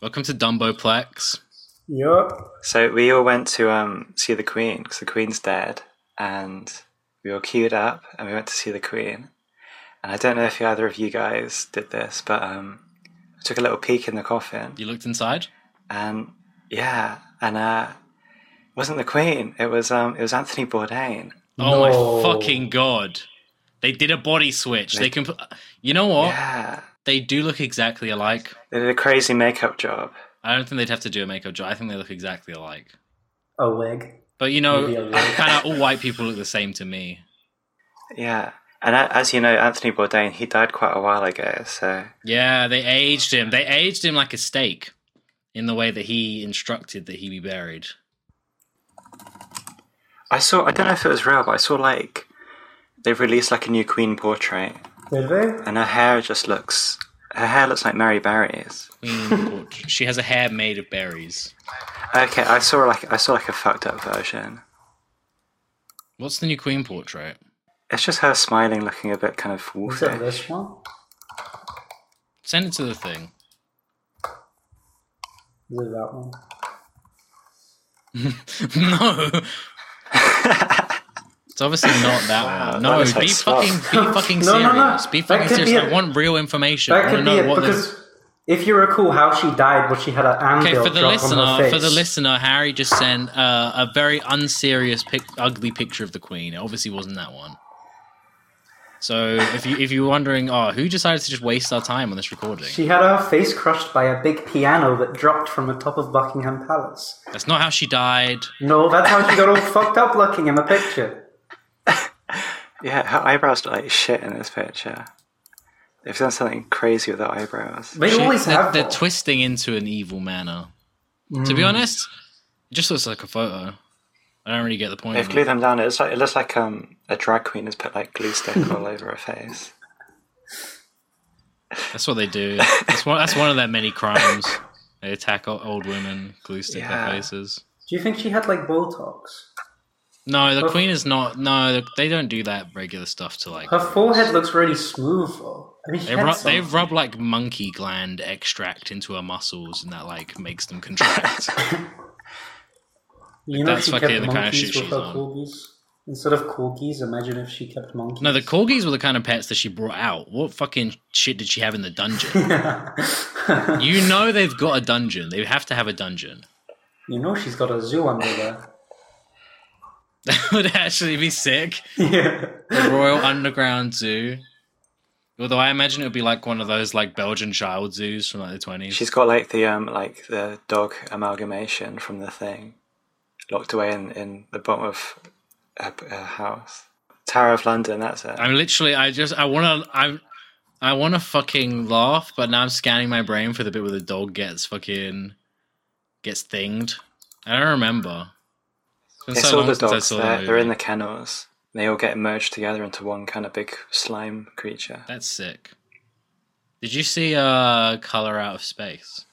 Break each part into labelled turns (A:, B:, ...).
A: Welcome to Dumboplex.
B: Yup.
C: So we all went to um, see the Queen because the Queen's dead, and we were queued up and we went to see the Queen. And I don't know if either of you guys did this, but um, I took a little peek in the coffin,
A: You looked inside?
C: and yeah, and uh, it wasn't the Queen. It was um, it was Anthony Bourdain.
A: Oh
B: No.
A: my fucking god. They did a body switch. They can. You know what?
C: Yeah,
A: They do look exactly alike.
C: they did a crazy makeup job.
A: I don't think they'd have to do a makeup job. I think they look exactly alike.
B: A wig.
A: But you know,
B: Maybe a little.
A: kind of all white people look the same to me.
C: Yeah, and a- as you know, Anthony Bourdain he died quite a while ago, so
A: Yeah, they aged him. They aged him like a steak in the way that he instructed that he be buried.
C: I saw. I don't know if it was real, but I saw like they've released like a new Queen portrait,
B: Did they?
C: and her hair just looks. Her hair looks like Mary Berry's.
A: Queen Port- she has a hair made of berries.
C: Okay, I saw like I saw like a fucked up version.
A: What's the new Queen portrait?
C: It's just her smiling, looking a bit kind of
B: Is it
C: wolfish.
B: this one?
A: Send it to the thing.
B: Is it that one?
A: no. It's obviously not that
C: Wow,
A: one.
C: that
A: No,
C: looks like
A: be
C: slop.
A: fucking, be fucking
B: No,
A: serious.
B: no, no.
A: Be
B: That
A: fucking
B: could be
A: serious. I
B: it.
A: want real information. I
B: That
A: want to
B: could be
A: know
B: it
A: what the
B: because if you recall how she died, was she had an
A: Okay,
B: anvil
A: for the
B: drop on her
A: listener,
B: face.
A: for the listener, Harry just sent uh, a very unserious, pic- ugly picture of the Queen. It obviously wasn't that one. So if you if you're wondering, oh, who decided to just waste our time on this recording?
B: She had her face crushed by a big piano that dropped from the top of Buckingham Palace.
A: That's not how she died.
B: No, that's how she got all fucked up looking in the picture.
C: Yeah, her eyebrows look like shit in this picture. They've done something crazy with her eyebrows.
B: They
A: She-
B: always
A: they're,
B: have. Mm.
A: they're
B: that.
A: twisting into an evil manner. To be honest, it just looks like a photo. I don't really get the point.
C: They've
A: Of it.
C: glued them down. It's like it looks like um a drag queen has put like glue stick all over her face.
A: That's what they do. That's one. That's one of their many crimes. They attack o- old women, glue stick
C: Yeah.
A: their faces.
B: Do you think she had like Botox?
A: No, the
B: Her-
A: Queen is not. No, they don't do that regular stuff to like
B: Her forehead looks really smooth though. I mean, she
A: They
B: had
A: rub,
B: some-
A: they rub like monkey gland extract into her muscles, and that like makes them contract.
B: you know,
A: that's
B: she
A: fucking
B: kept
A: the kind of
B: monkeys
A: shit
B: with
A: she's
B: her
A: on.
B: corgis. Instead of corgis, imagine if she kept monkeys.
A: no, the corgis were the kind of pets that she brought out. What fucking shit did she have in the dungeon? you know they've got a dungeon. They have to have a dungeon.
B: you know, she's got a zoo under there.
A: That would actually be sick.
B: yeah.
A: The Royal Underground Zoo. Although I imagine it would be like one of those like Belgian child zoos from like the twenties.
C: She's got like the um like the dog amalgamation from the thing, locked away in, in the bottom of a, a house. Tower of London. That's it.
A: I'm literally. I just. I want to. I. I want to fucking laugh, but now I'm scanning my brain for the bit where the dog gets fucking gets thinged. I don't remember. It's been
C: It's
A: so
C: all
A: long
C: the
A: since I
C: dogs.
A: saw
C: They're,
A: the
C: they're in
A: movie.
C: the kennels. They all get merged together into one kind of big slime creature.
A: That's sick. Did you see uh Color Out of Space?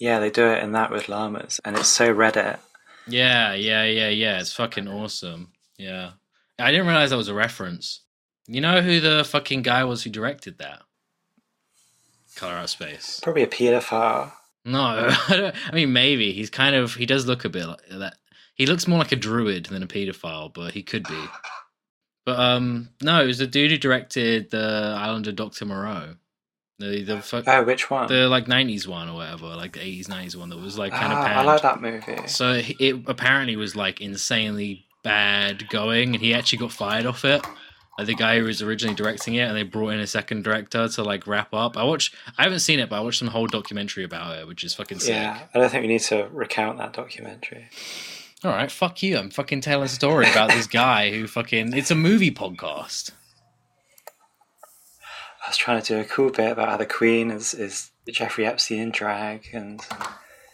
C: Yeah, they do it in that with llamas, and it's so Reddit.
A: Yeah, yeah, yeah, yeah. It's fucking awesome. Yeah, I didn't realize that was a reference. You know who the fucking guy was who directed that? Color Out of Space.
C: Probably a pedophile.
A: No, I, don't, I mean maybe he's kind of he does look a bit like that. He looks more like a druid than a paedophile, but he could be. But um, no, it was the dude who directed the Island of Doctor Moreau, the the fu-
C: Oh, which one?
A: the like nineties one or whatever, like the eighties nineties one that was like kind of
C: ah, I
A: bad.
C: like that movie.
A: So it, it apparently was like insanely bad going, and he actually got fired off it. Like the guy who was originally directing it, and they brought in a second director to like wrap up. I watched, I haven't seen it, but I watched some whole documentary about it, which is fucking sick.
C: Yeah, I don't think we need to recount that documentary.
A: All right, fuck you. I'm fucking telling a story about this guy who fucking. It's a movie podcast.
C: I was trying to do a cool bit about how the Queen is is Jeffrey Epstein in drag, and it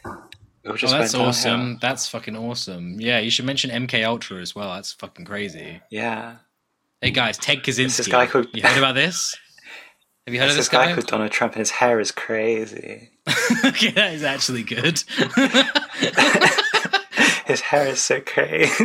C: all
A: Oh,
C: just
A: that's
C: went downhill.
A: awesome. That's fucking awesome. Yeah, you should mention MK Ultra as well. That's fucking crazy.
C: Yeah,
A: Hey guys, Ted Kaczynski.
C: this guy called-
A: You heard about this? Have you heard of
C: There's this
A: this
C: guy
A: guy?
C: called Donald Trump, and his hair is crazy.
A: okay, that is actually good.
C: His hair is so crazy.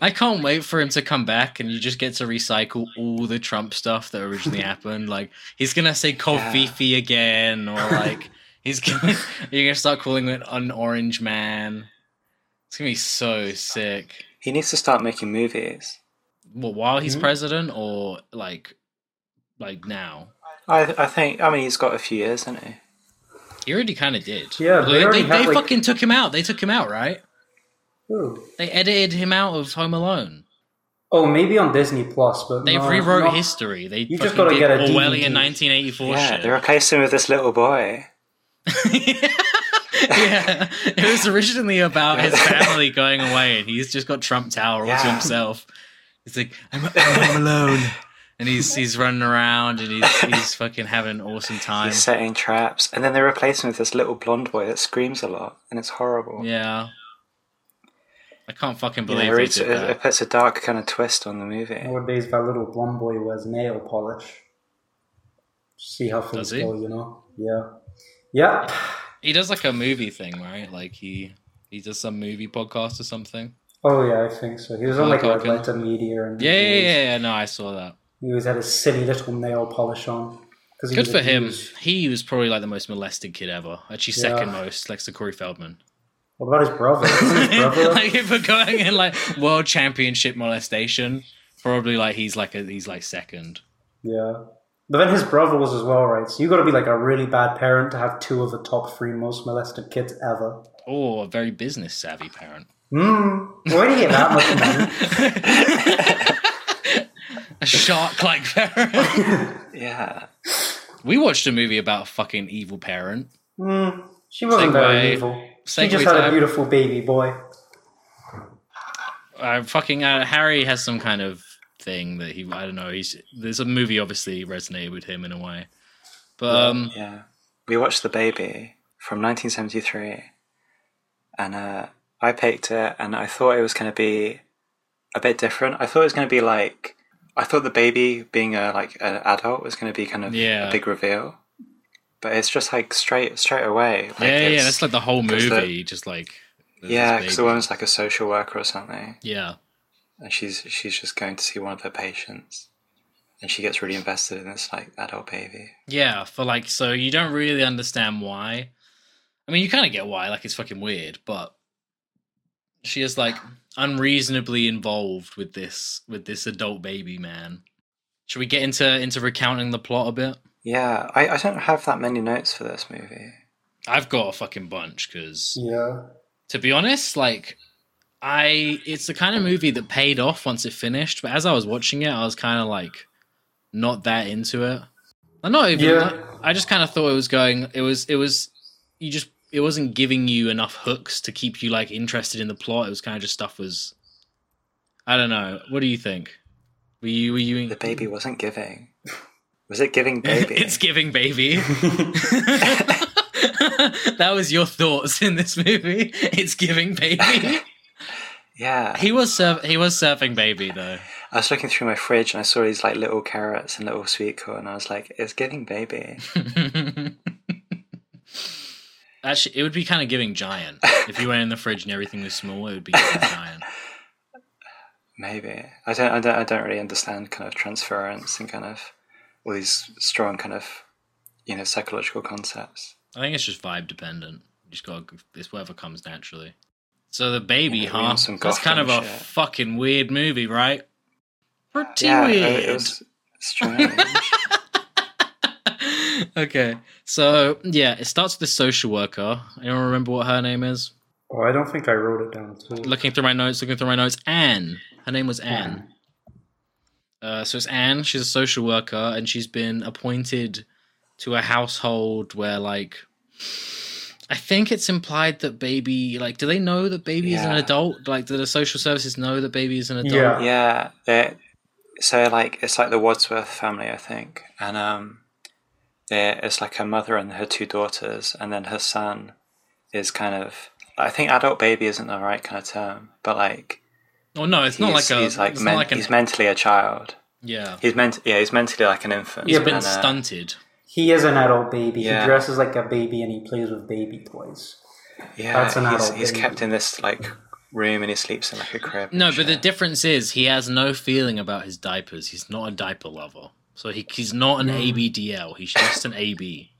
A: I can't wait for him to come back and you just get to recycle all the Trump stuff that originally happened. Like he's gonna say Kofifi again, or like he's gonna you're gonna start calling it an orange man. It's gonna be so sick.
C: He needs to start making movies.
A: What while he's
B: Mhm.
A: president or like like now?
C: I I think I mean he's got a few years, hasn't he?
A: He already kinda did.
B: Yeah, they
A: They, they,
B: already have,
A: they
B: like-
A: fucking took him out. They took him out, right?
B: Ooh.
A: They edited him out of Home Alone.
B: Oh, maybe on Disney Plus, but
A: They
B: no,
A: rewrote
B: not-
A: history. They
B: You just
A: fucking
B: gotta
A: did
B: get a
A: Orwellian
B: DVD.
A: 1984
C: yeah,
A: shit.
C: they replaced him with this little boy.
A: yeah, it was originally about his family going away, and he's just got Trump Tower all to
C: Yeah.
A: himself. He's like, I'm, I'm home alone, and he's he's running around and he's he's fucking having an awesome time.
C: He's setting traps, and then they replace him with this little blonde boy that screams a lot, and it's horrible.
A: Yeah, I can't fucking
C: You know,
A: believe
C: it,
A: they
C: reads-
A: did
C: it, it
A: that.
C: puts a dark kind of twist on the movie.
B: Nowadays, that little blonde boy wears nail polish. See how
A: Does
B: things
A: he?
B: go, you know? Yeah. Yep.
A: He does like a movie thing, right? Like he he does some movie podcast or something.
B: Oh, yeah, I think so. He was on
A: Hulk
B: like Red
A: Hogan.
B: Letter Media and
A: Yeah, yeah,
B: he was-
A: yeah. yeah no, I saw that.
B: He always had his silly little nail polish on. 'cause he
A: Good
B: was
A: for him.
B: abused.
A: He was probably like the most molested kid ever. Actually,
B: Yeah.
A: second most, next to Corey Feldman.
B: What about his brother? Isn't his brother?
A: like if we're going in like world championship molestation, probably like he's like a, he's like second.
B: Yeah. But then his brother was as well, right? So you got to be like a really bad parent to have two of the top three most molested kids ever.
A: Or a very business savvy parent.
B: Hmm. Where do you get that much money?
A: A shark like parent.
C: Yeah,
A: we watched a movie about a fucking evil parent.
B: Hmm. She wasn't very
A: Segue.
B: evil.
A: Segue
B: she just had a
A: time.
B: beautiful baby boy.
A: Uh, fucking uh, Harry has some kind of thing that he I don't know. He's there's a movie obviously resonated with him in a way, but um,
C: yeah. We watched The Baby from 1973, and uh, I picked it, and I thought it was going to be a bit different. I thought it was going to be like I thought the baby being a like an adult was going to be kind of
A: Yeah.
C: a big reveal, but it's just like straight straight away. Like
A: yeah, yeah,
C: it's-
A: that's like the whole
C: 'cause the-
A: movie. just like there's
C: Yeah,
A: this
C: because the
A: baby.
C: woman's like a social worker or something,
A: yeah.
C: and she's she's just going to see one of her patients, and she gets really invested in this like adult baby.
A: Yeah, for like, so you don't really understand why. I mean, you kind of get why, like, it's fucking weird, but she is like unreasonably involved with this with this adult baby man. Should we get into into recounting the plot a bit?
C: Yeah, I, I don't have that many notes for this movie.
A: I've got a fucking bunch because,
B: Yeah.
A: to be honest, like, I it's the kind of movie that paid off once it finished. But as I was watching it, I was kind of like not that into it. I'm not even.
B: Yeah.
A: I just kind of thought it was going. It was. It was. You just. It wasn't giving you enough hooks to keep you like interested in the plot. It was kind of just stuff was. I don't know. What do you think? Were you? Were you?
C: The baby wasn't giving. Was it giving baby?
A: it's giving baby. that was your thoughts in this movie. It's giving baby.
C: yeah.
A: He was surf- he was surfing baby though.
C: I was looking through my fridge and I saw these like little carrots and little sweet corn. And I was like, it's giving baby.
A: Actually, it would be kind of giving giant if you went in the fridge and everything was small. It would be giving giant.
C: Maybe I don't, I don't. I don't really understand kind of transference and kind of all these strong kind of you know psychological concepts.
A: I think it's just vibe dependent. You just got it's whatever comes naturally. So the baby,
C: Yeah, we
A: huh?
C: want some
A: That's kind of
C: Gotham
A: a
C: shit.
A: fucking weird movie, right? Pretty
C: yeah,
A: weird.
C: It, it was strange.
A: okay, so yeah, it starts with the social worker. Anyone remember what her name is?
B: Oh, I don't think I wrote it down at all.
A: Looking through my notes, looking through my notes. Anne. Her name was Anne. Uh, so it's Anne. She's a social worker, and she's been appointed to a household where, like, I think it's implied that baby, like, do they know that baby is an
C: Yeah.
A: adult? Like, do the social services know that baby is an adult?
B: Yeah.
C: yeah, they so like it's like the Wadsworth family, I think, and um, there it's like her mother and her two daughters, and then her son is kind of. I think adult baby isn't the right kind of term, but like
A: Well, no, it's
C: he's,
A: not like a.
C: he's like,
A: it's
C: men-
A: not like an.
C: he's mentally a child.
A: yeah,
C: He's meant, yeah, he's mentally like an infant.
A: he's been
C: and, uh,
A: stunted.
B: He is an adult baby.
C: Yeah.
B: He dresses like a baby and he plays with baby toys.
C: Yeah,
B: That's an
C: he's,
B: adult
C: he's
B: baby.
C: kept in this like room and he sleeps in like a crib. and
A: No,
C: shit.
A: but the difference is he has no feeling about his diapers. He's not a diaper lover. So he, he's not an ABDL. He's just an AB.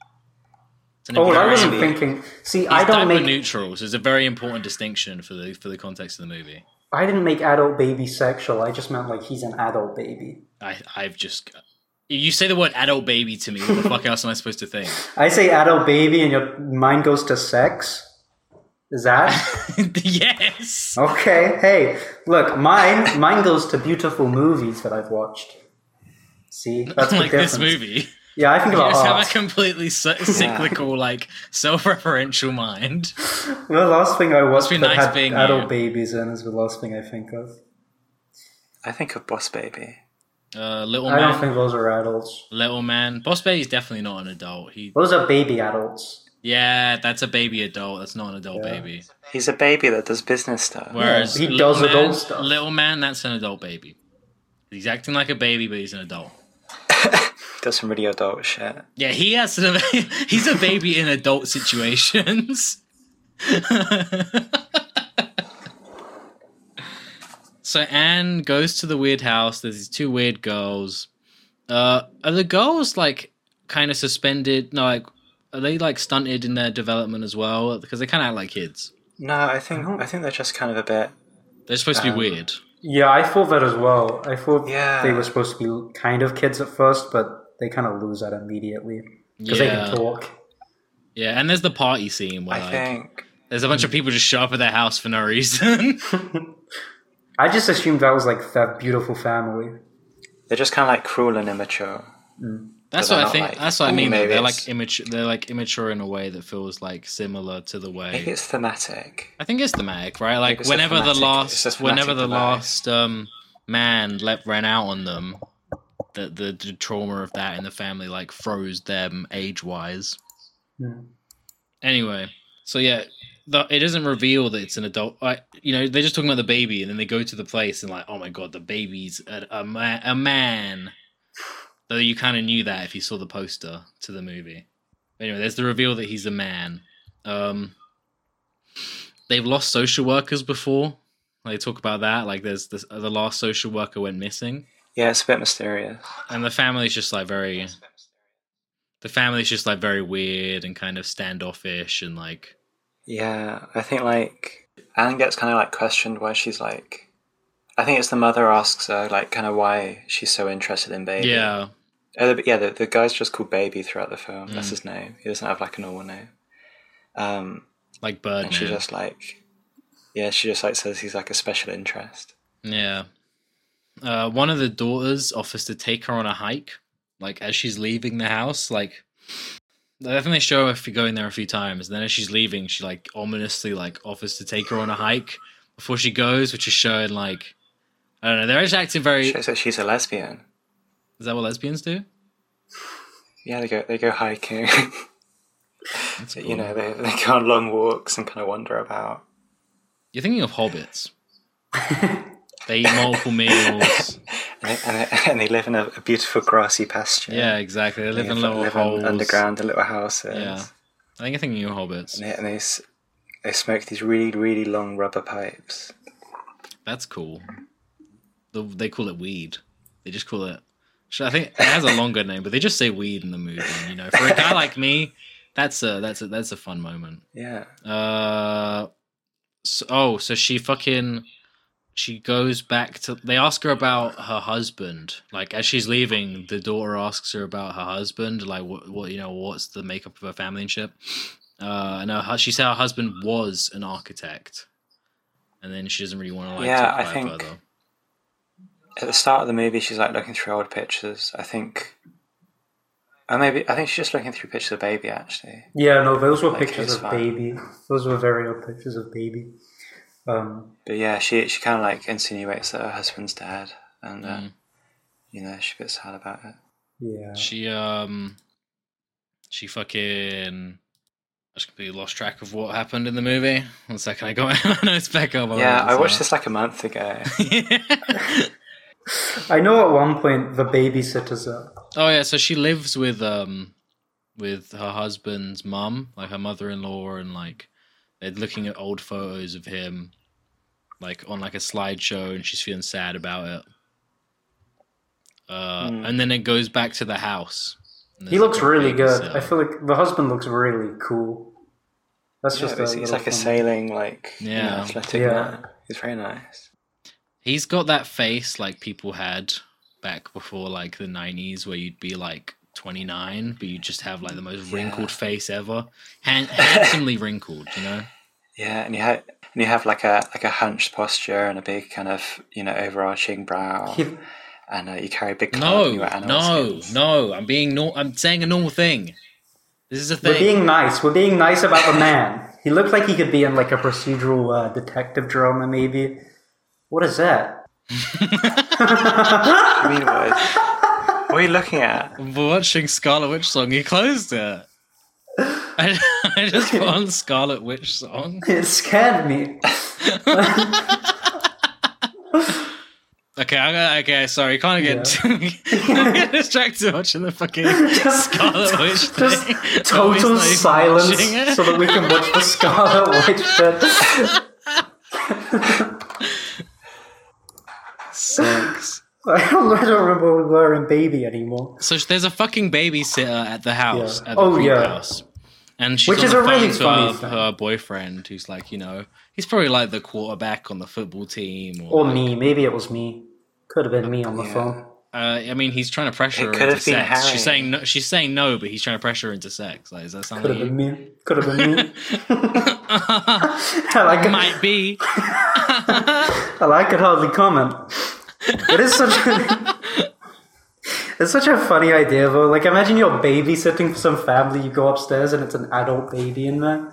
A: It's an
B: Oh,
A: AB.
B: I wasn't
C: Maybe.
B: thinking. See,
A: He's
B: I don't
A: diaper
B: make.
A: neutral, so it's a very important distinction for the for the context of the movie.
B: I didn't make adult baby sexual. I just meant like he's an adult baby.
A: I I've just you say the word adult baby to me. What the fuck else am I supposed to think?
B: I say adult baby, and your mind goes to sex. Is that
A: yes.
B: okay? Hey, look, mine mine goes to beautiful movies that I've watched. See, that's the
A: like
B: difference. Ah.
A: this movie.
B: Yeah, I think
A: You
B: about
A: just have
B: art.
A: a completely cy- cyclical, like self-referential mind.
B: The last thing I watched
A: be
B: that
A: nice
B: had
A: being
B: adult
A: you.
B: babies in is the last thing I think of.
C: I think of Boss Baby.
A: Uh, little
B: I don't
A: man,
B: think those are adults.
A: little man. Boss Baby's definitely not an adult. He,
B: Those are baby adults.
A: yeah, that's a baby adult. That's not an adult
B: Yeah.
A: baby.
C: He's a baby that does business stuff.
A: Whereas
B: he
A: Little
B: does
A: man,
B: adult stuff.
A: Little man, that's an adult baby. He's acting like a baby, but he's an adult.
C: Does some really adult shit.
A: Yeah, he has. Some, he's a baby in adult situations. so Anne goes to the weird house. There's these two weird girls. Uh, are the girls like kind of suspended? No, like are they like stunted in their development as well? Because they kind of act like kids.
C: No, I think I think they're just kind of a bit.
A: They're supposed to be
C: Um,
A: weird.
B: Yeah, I thought that as well. I thought
C: Yeah.
B: they were supposed to be kind of kids at first, but they kind of lose that immediately because they
A: Yeah,
B: can talk.
A: yeah. And there's the party scene where
C: I
A: like,
C: think
A: there's a bunch of people just show up at their house for no reason.
B: I just assumed that was like that beautiful family.
C: they're just kind of like cruel and immature.
A: That's what
C: But they're
A: I
C: not,
A: think.
C: like,
A: that's what I
C: ooh,
A: mean. though.
C: maybe
A: They're
C: it's-
A: like immature. They're like immature in a way that feels like similar to the
C: Maybe
A: way.
C: it's thematic.
A: I think it's thematic, right? Like
C: it's a
A: whenever the
C: thematic- it's a
A: last,
C: thematic
A: whenever the
C: device.
A: last um, man let ran out on them, the, the the trauma of that in the family like froze them age wise.
B: Hmm.
A: Anyway, so yeah, the, it doesn't reveal that it's an adult. I, you know, they're just talking about the baby, and then they go to the place and like, oh my god, the baby's a, a, ma- a man. Though you kind of knew that if you saw the poster to the movie. Anyway, there's the reveal that he's a man. Um, they've lost social workers before. They talk about that. Like, there's this, uh, the last social worker went missing,
C: Yeah, it's a bit mysterious.
A: and the family's just like very. The family's just like very weird and kind of standoffish and like
C: Yeah, I think like Anne gets kind of like questioned why she's like. I think it's the mother asks her like kind of why she's so interested in baby.
A: yeah
C: Oh, the, yeah, the, the guy's just called Baby throughout the film. That's
A: Mm.
C: his name. He doesn't have like a normal name. Um,
A: like bird.
C: and she
A: man.
C: just like, yeah, she just like says he's like a special interest.
A: Yeah. Uh, one of the daughters offers to take her on a hike, like as she's leaving the house. Like, I think they show her if you go in there a few times. And then as she's leaving, she like ominously like offers to take her on a hike before she goes, which is showing like, I don't know. They're actually acting very.
C: Shows that she's a lesbian.
A: Is that what lesbians do?
C: Yeah, they go they go hiking.
A: That's cool.
C: you know, they, they go on long walks and kind of wander about.
A: You're thinking of hobbits. they eat multiple meals.
C: And they, and they, and they live in a, a beautiful grassy pasture.
A: Yeah, exactly. They
C: They
A: live in
C: have-
A: little
C: live in
A: holes.
C: underground, in little houses.
A: Yeah. I think I think you're hobbits.
C: And they, and they s- they smoke these really really long rubber pipes.
A: That's cool. The, they call it weed. They just call it. sh- I think it has a longer name, but they just say weed in the movie. and, You know, for a guy like me, that's a that's a that's a fun moment.
C: Yeah.
A: Uh, so, oh, so she fucking she goes back to. They ask her about her husband. Like as she's leaving, the daughter asks her about her husband. Like what what you know what's the makeup of her family and shit. Uh, and her, hu- she said her husband was an architect, and then she doesn't really want to like
C: Yeah,
A: talk
C: I
A: about
C: think-
A: it further.
C: At the start of the movie, she's like looking through old pictures. I think. Or maybe I think she's just looking through pictures of baby. Actually,
B: Yeah, no, those were
C: Like,
B: pictures
C: it's
B: of
C: fine.
B: baby. Those were very old pictures of baby. Um,
C: but yeah, she she kind of like insinuates that her husband's dead, and uh,
A: Mm.
C: you know she's a bit sad about it.
B: yeah.
A: She um, she fucking. I just completely lost track of what happened in the movie. One second, I got my notes back up. I'll
C: yeah,
A: remember
C: I watched
A: now.
C: this like a month ago.
B: I know at one point the babysitter's up.
A: oh yeah, so she lives with um with her husband's mum, like her mother in law and like they're looking at old photos of him like on like a slideshow, and she's feeling sad about it. Uh, And then it goes back to the house. and
B: Hmm. He
A: there's,
B: looks
A: like, a
B: really
A: big
B: good.
A: cell.
B: I feel like the husband looks really cool. That's
C: Yeah,
B: just
C: he's,
B: a
C: he's
B: little
C: like a
B: thing.
C: sailing, like you know,
A: Yeah.
C: athletic
B: Yeah.
C: man. He's very nice.
A: He's got that face like people had back before like the nineties, where you'd be like twenty nine, but you just have like the most wrinkled face ever, Han- handsomely wrinkled. You know,
C: Yeah, and you have and you have like a like a hunched posture and a big kind of you know overarching brow,
B: He-
C: and uh, you carry big
A: no,
C: card you
A: no, no. I'm being nor- I'm saying a normal thing. This is a
B: We're
A: thing.
B: being nice. We're being nice about the man. He looked like he could be in like a procedural uh, detective drama, maybe. What is that?
C: I mean, what, what are you looking at?
A: We're watching Scarlet Witch song. You closed it. I, I just put on Scarlet Witch song.
B: It scared me.
A: Okay, I'm gonna, okay. Sorry, can't get I'm getting distracted watching the fucking
B: Just-
A: Scarlet Witch
B: Just
A: thing. Always
B: total
A: not even
B: silence
A: watching it.
B: so that we can watch the Scarlet Witch bit.
A: Sucks.
B: I don't, I don't remember where we were in Baby anymore.
A: So there's a fucking babysitter at the house,
B: Yeah.
A: at the
B: Oh,
A: creep
B: yeah.
A: house, and she's
B: Which
A: on
B: is
A: the
B: a
A: phone
B: really
A: to
B: funny
A: her,
B: thing.
A: her boyfriend, who's like, you know, he's probably like the quarterback on the football team, or,
B: Or me. Maybe it was me. Could have been me on the phone.
A: Uh, I mean, he's trying to pressure
C: It
A: her
C: could
A: into
C: have been
A: sex.
C: Harry.
A: She's saying no. She's saying no, but he's trying to pressure her into sex. Like, is that
B: Could
A: something?
B: have
A: you-
B: been me. Could have been me. I like it.
A: Might be.
B: Well, I could hardly comment. It is such a, it's such a funny idea though. Like imagine you're babysitting for some family, you go upstairs and it's an adult baby in there.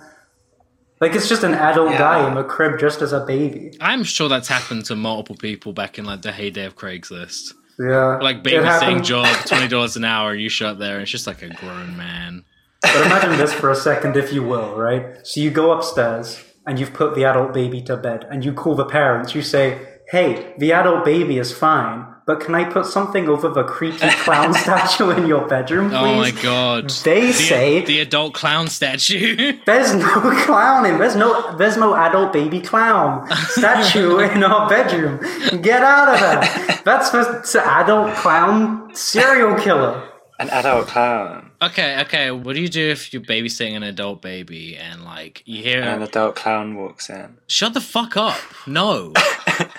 B: Like it's just an adult
C: Yeah.
B: guy in the crib just as a baby.
A: I'm sure that's happened to multiple people back in like the heyday of Craigslist.
B: Yeah.
A: Like
B: It
A: babysitting
B: happened-
A: job, twenty dollars an hour. You show up there, and it's just like a grown man.
B: But imagine this for a second, if you will, right? So you go upstairs and you've put the adult baby to bed and you call the parents. You say, hey, the adult baby is fine, but can I put something over the creepy clown statue in your bedroom, please?
A: Oh my god!
B: They
A: the,
B: say-
A: the adult clown statue.
B: There's no clowning. There's no. There's no adult baby clown statue in our bedroom. Get out of there. That's for it's an adult clown serial killer.
C: An adult clown,
A: okay, okay. What do you do if you're babysitting an adult baby and like you hear?
C: and an adult clown walks in.
A: shut the fuck up. No.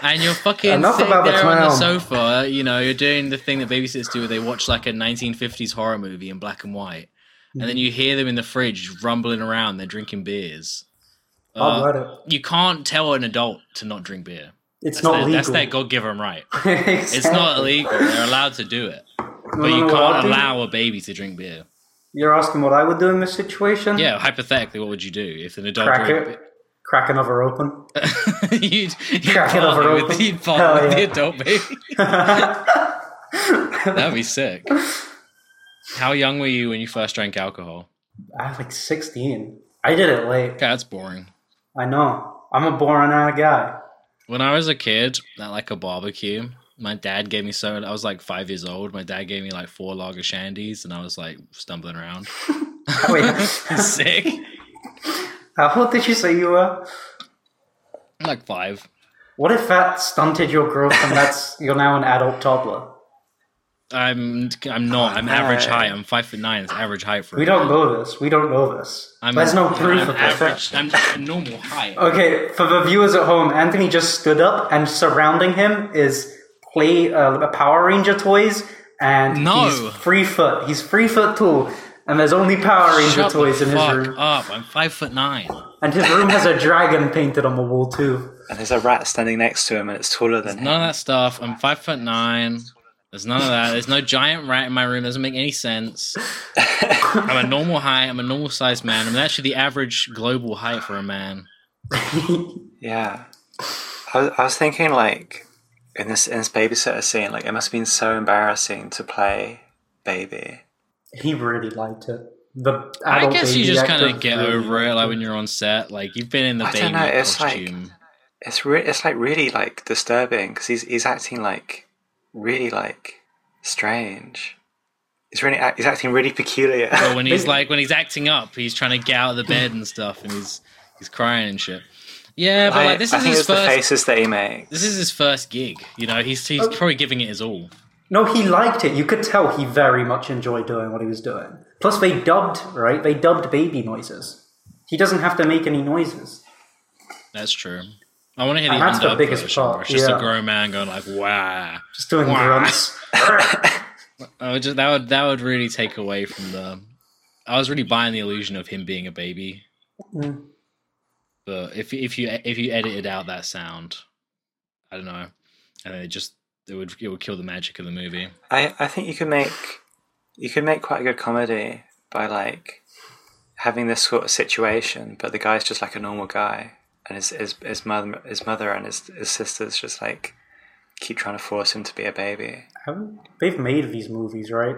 A: And you're fucking
B: Enough
A: sitting
B: about the
A: there on the
B: clown.
A: sofa, you know, you're doing the thing that babysitters do where they watch like a 1950s horror movie in black and white. And
B: Mm.
A: then you hear them in the fridge rumbling around, they're drinking beers.
B: I'll
A: Uh,
B: write it.
A: you can't tell an adult to not drink beer.
B: It's
A: That's
B: not
A: their-
B: legal.
A: That's their God given right. It's not illegal. They're allowed to do it. But you
B: what I'll
A: can't
B: do?
A: allow a baby to drink beer.
B: You're asking what I would do in this situation?
A: Yeah, hypothetically, what would you do if an adult
B: Crack
A: drank
B: it. Crack another open.
A: beer? you'd you'd
B: Crack it
A: partner
B: over
A: with,
B: open.
A: you'd partner
B: Hell
A: with the
B: yeah.
A: adult baby. That'd be sick. How young were you when you first drank alcohol?
B: I was like 16. I did it late.
A: Okay, that's boring. I
B: I know. I'm a boring out guy.
A: When I was a kid, at like a barbecue, my dad gave me so I was like five years old. My dad gave me like four lager shandies, and I was like stumbling around.
B: Wait,
A: Sick.
B: how old did you say you were?
A: like five.
B: What if that stunted your growth and that's you're now an adult toddler?
A: I'm I'm not. I'm average
C: no.
A: height. I'm five foot nine. It's average height for
B: Oh, We
A: a-
B: don't know this. We don't know this.
A: I'm,
B: There's no
A: I'm
B: proof of Oh, this.
A: average. I'm a normal height.
B: Okay, for the viewers at home, Anthony just stood up, and surrounding him is play uh, Power Ranger toys, and
A: No.
B: he's three foot. He's three foot tall, and there's only Power Ranger
A: Shut
B: toys
A: the
B: in his
A: fuck
B: room.
A: up! I'm five foot nine.
B: And his room has a dragon painted on the wall too.
C: And there's a rat standing next to him, and it's taller than him.
A: None of that stuff. I'm five foot nine. There's none of that. There's no giant rat in my room. Doesn't make any sense. I'm a normal height. I'm a normal sized man. I'm actually the average global height for a man.
C: Yeah, I was, I was thinking like in this in this babysitter scene, like it must have been so embarrassing to play baby.
B: He really liked it. The
A: I
B: adult
A: guess you
B: baby
A: just
B: actor
A: kind of get
B: really
A: over it,
B: liked
A: like when you're on set. Like you've been in the
C: I don't
A: baby
C: know, it's like-
A: costume.
C: It's re- it's like really like disturbing because he's he's acting like really like strange. He's really act- he's acting really peculiar.
A: But when he's like when he's acting up, he's trying to get out of the bed and stuff, and he's he's crying and shit. Yeah, but like this
C: I
A: is
C: think
A: his
C: it's the
A: first.
C: faces that he makes.
A: This is his first gig. You know, he's
C: Oh.
A: he's probably giving it his all.
B: No, he liked it. You could tell he very much enjoyed doing what he was doing. Plus, they dubbed, right? They dubbed baby noises. He doesn't have to make any noises.
A: That's true. I want to hear the
B: And that's the
A: undubbed
B: biggest
A: version.
B: part,
A: where It's just
B: yeah.
A: a grown man going like, "Wow."
B: Just doing grunts.
A: I would just, that would that would really take away from the. I was really buying the illusion of him being a baby.
B: Mm.
A: But if if you if you edited out that sound, I don't know, and it just it would it would kill the magic of the movie.
C: I, I think you could make you could make quite a good comedy by like having this sort of situation, but the guy's just like a normal guy, and his his, his mother his mother and his his sisters just like keep trying to force him to be a baby.
B: Haven't- They've made these movies, right?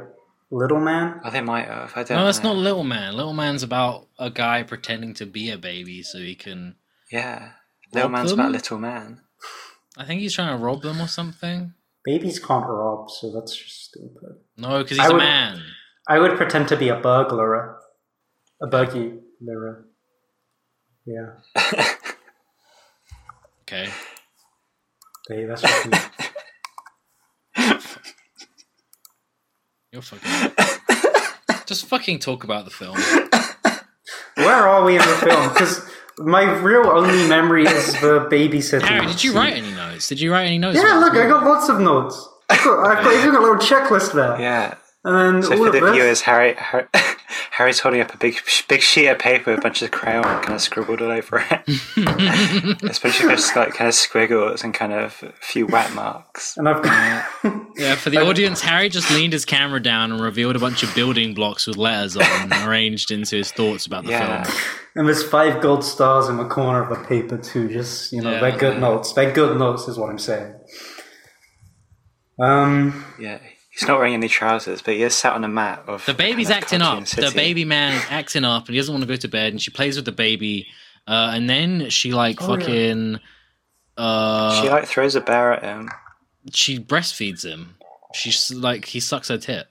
B: Little Man?
C: Oh, they might have. I don't.
A: No, that's
C: know.
A: not Little Man. Little Man's about a guy pretending to be a baby so he can.
C: Yeah, little
A: Rob
C: man's
A: them?
C: about little man.
A: I think he's trying to rob them or something.
B: Babies can't rob, so that's just stupid.
A: No, because
B: I
A: he's a
B: would-
A: man.
B: I would pretend to be a burglar. A burglar. Yeah.
A: Okay.
B: They, that's what he-
A: You're fucking. Just fucking talk about the film.
B: Where are we in the film? Because my real only memory is the babysitting.
A: Harry, did you write any notes? Did you write any notes?
B: Yeah,
A: about
B: look,
A: this
B: I got lots of notes. I've got, I've got, even got a little checklist there.
C: Yeah.
B: And then
C: So
B: all
C: for
B: of
C: the
B: this.
C: viewers, Harry, Harry Harry's holding up a big big sheet of paper with a bunch of crayon kind of scribbled all over it. it's a bunch of just like kind of squiggles and kind of a few wet marks.
B: And I've got.
A: Yeah, for the audience, Harry just leaned his camera down and revealed a bunch of building blocks with letters on, arranged into his thoughts about the
C: Yeah.
A: film.
B: and there's five gold stars in the corner of the paper, too. Just, you know,
A: Yeah,
B: they're good
A: yeah.
B: notes. They're good notes, is what I'm saying. Um,
C: Yeah, he's not wearing any trousers, but he is sat on a mat of
A: The baby's
C: kind of
A: acting
C: cartoon
A: up. The
C: city.
A: baby man is acting up, and he doesn't want to go to bed. And she plays with the baby, uh, and then she like
B: yeah.
A: fucking uh,
C: She like throws a bear at him.
A: she breastfeeds him. She's like he sucks her tit.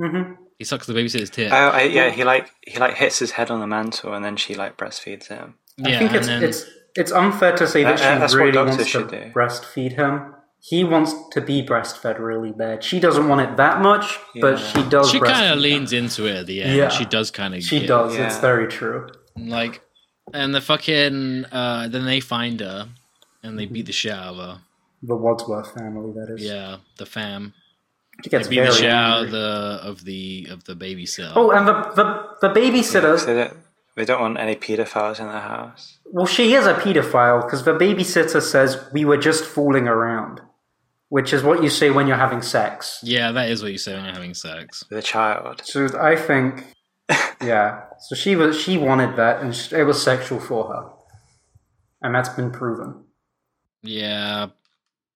B: mhm.
A: He sucks the babysitter's tit.
C: Oh, I, yeah. He like he like hits his head on the mantle, and then she like breastfeeds him.
A: yeah,
B: I think
A: and
B: it's,
A: then
B: it's, it's unfair to say that,
C: That- that's
B: she
C: what
B: really
C: doctors
B: wants to
C: should do.
B: breastfeed him. He wants to be breastfed really bad. She doesn't want it that much, but she does
A: she kind
B: breastfeed.
A: of leans into it at the end.
B: Yeah.
A: She does kind of.
B: she does.
C: Yeah.
B: It's very true.
A: Like, and the fucking uh, then they find her, and they beat the shit out of her.
B: The Wadsworth family, that is.
A: Yeah, the fam.
B: She gets
A: Be the
B: very
A: shit out
B: angry.
A: of the of the of the babysitter.
B: Oh, and the the, the babysitter.
C: So that they don't want any pedophiles in the house.
B: Well, she is a pedophile because the babysitter says we were just fooling around, which is what you say when you're having sex.
A: Yeah, that is what you say when you're having sex.
C: With a child.
B: So I think, yeah. So she was she wanted that, and sh it was sexual for her, and that's been proven.
A: Yeah,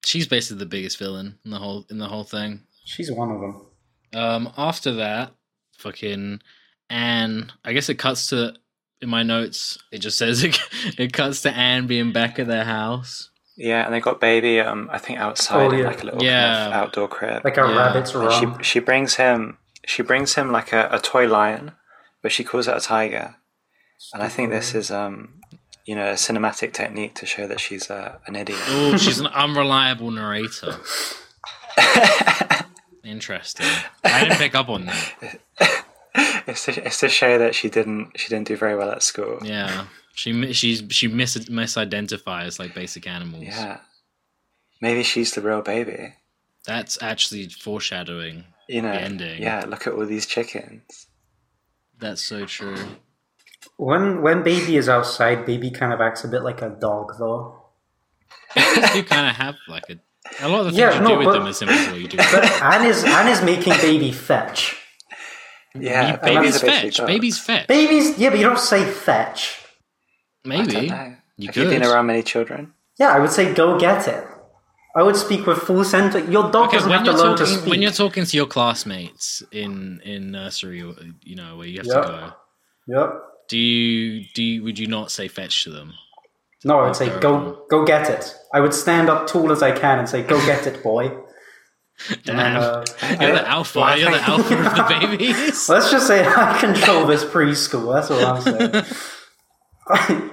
A: she's basically the biggest villain in the whole in the whole thing.
B: She's one of them.
A: Um, after that, fucking Anne. I guess it cuts to in my notes. It just says it, it cuts to Anne being back at their house.
C: Yeah, and they got baby. Um, I think outside
B: Oh,
C: in,
B: yeah.
C: like a little
A: Yeah.
C: kind of outdoor crib.
B: Like a
A: Yeah.
B: rabbit's
C: And
B: run.
C: she she brings him she brings him like a, a toy lion, but she calls it a tiger. And I think this is um you know a cinematic technique to show that she's uh, an idiot.
A: Oh, she's an unreliable narrator. Interesting. I didn't pick up on that.
C: It's to, it's to show that she didn't she didn't do very well at school.
A: Yeah, she mi- she's she mis- misidentifies like basic animals.
C: Yeah. Maybe she's the real baby.
A: That's actually foreshadowing.
C: You know.
A: The ending.
C: Yeah. Look at all these chickens.
A: That's so true.
B: When when baby is outside, baby kind of acts a bit like a dog, though.
A: Babies do kind of have like a a lot of the things
B: Yeah,
A: you
B: no,
A: do with
B: but-
A: them is similar to what you do. With
B: But Anne is Anne is making baby fetch.
C: Yeah. and
A: Babies
C: that's basically
A: fetch.
C: dogs.
A: Babies fetch.
B: Babies, yeah, but you don't say fetch.
C: I don't
A: Maybe.
C: know.
A: You
C: Have you been
A: could.
C: around many children?
B: Yeah, I would say go get it. I would speak with full sentence. Your dog
A: Okay,
B: doesn't
A: when
B: have to
A: you're,
B: learn to
A: talking,
B: speak.
A: when you're talking to your classmates in, in nursery, or, you know, where you have
B: Yeah.
A: to go,
B: Yep.
A: do you, do you, would you not say fetch to them?
B: No, I would say
A: Okay.
B: go go get it. I would stand up tall as I can and say go get it, boy.
A: Damn.
B: Uh,
A: You're the alpha.
C: Well, I
A: you're the
C: think-
A: alpha of the babies.
B: Let's just say I control this preschool. That's all I'm saying.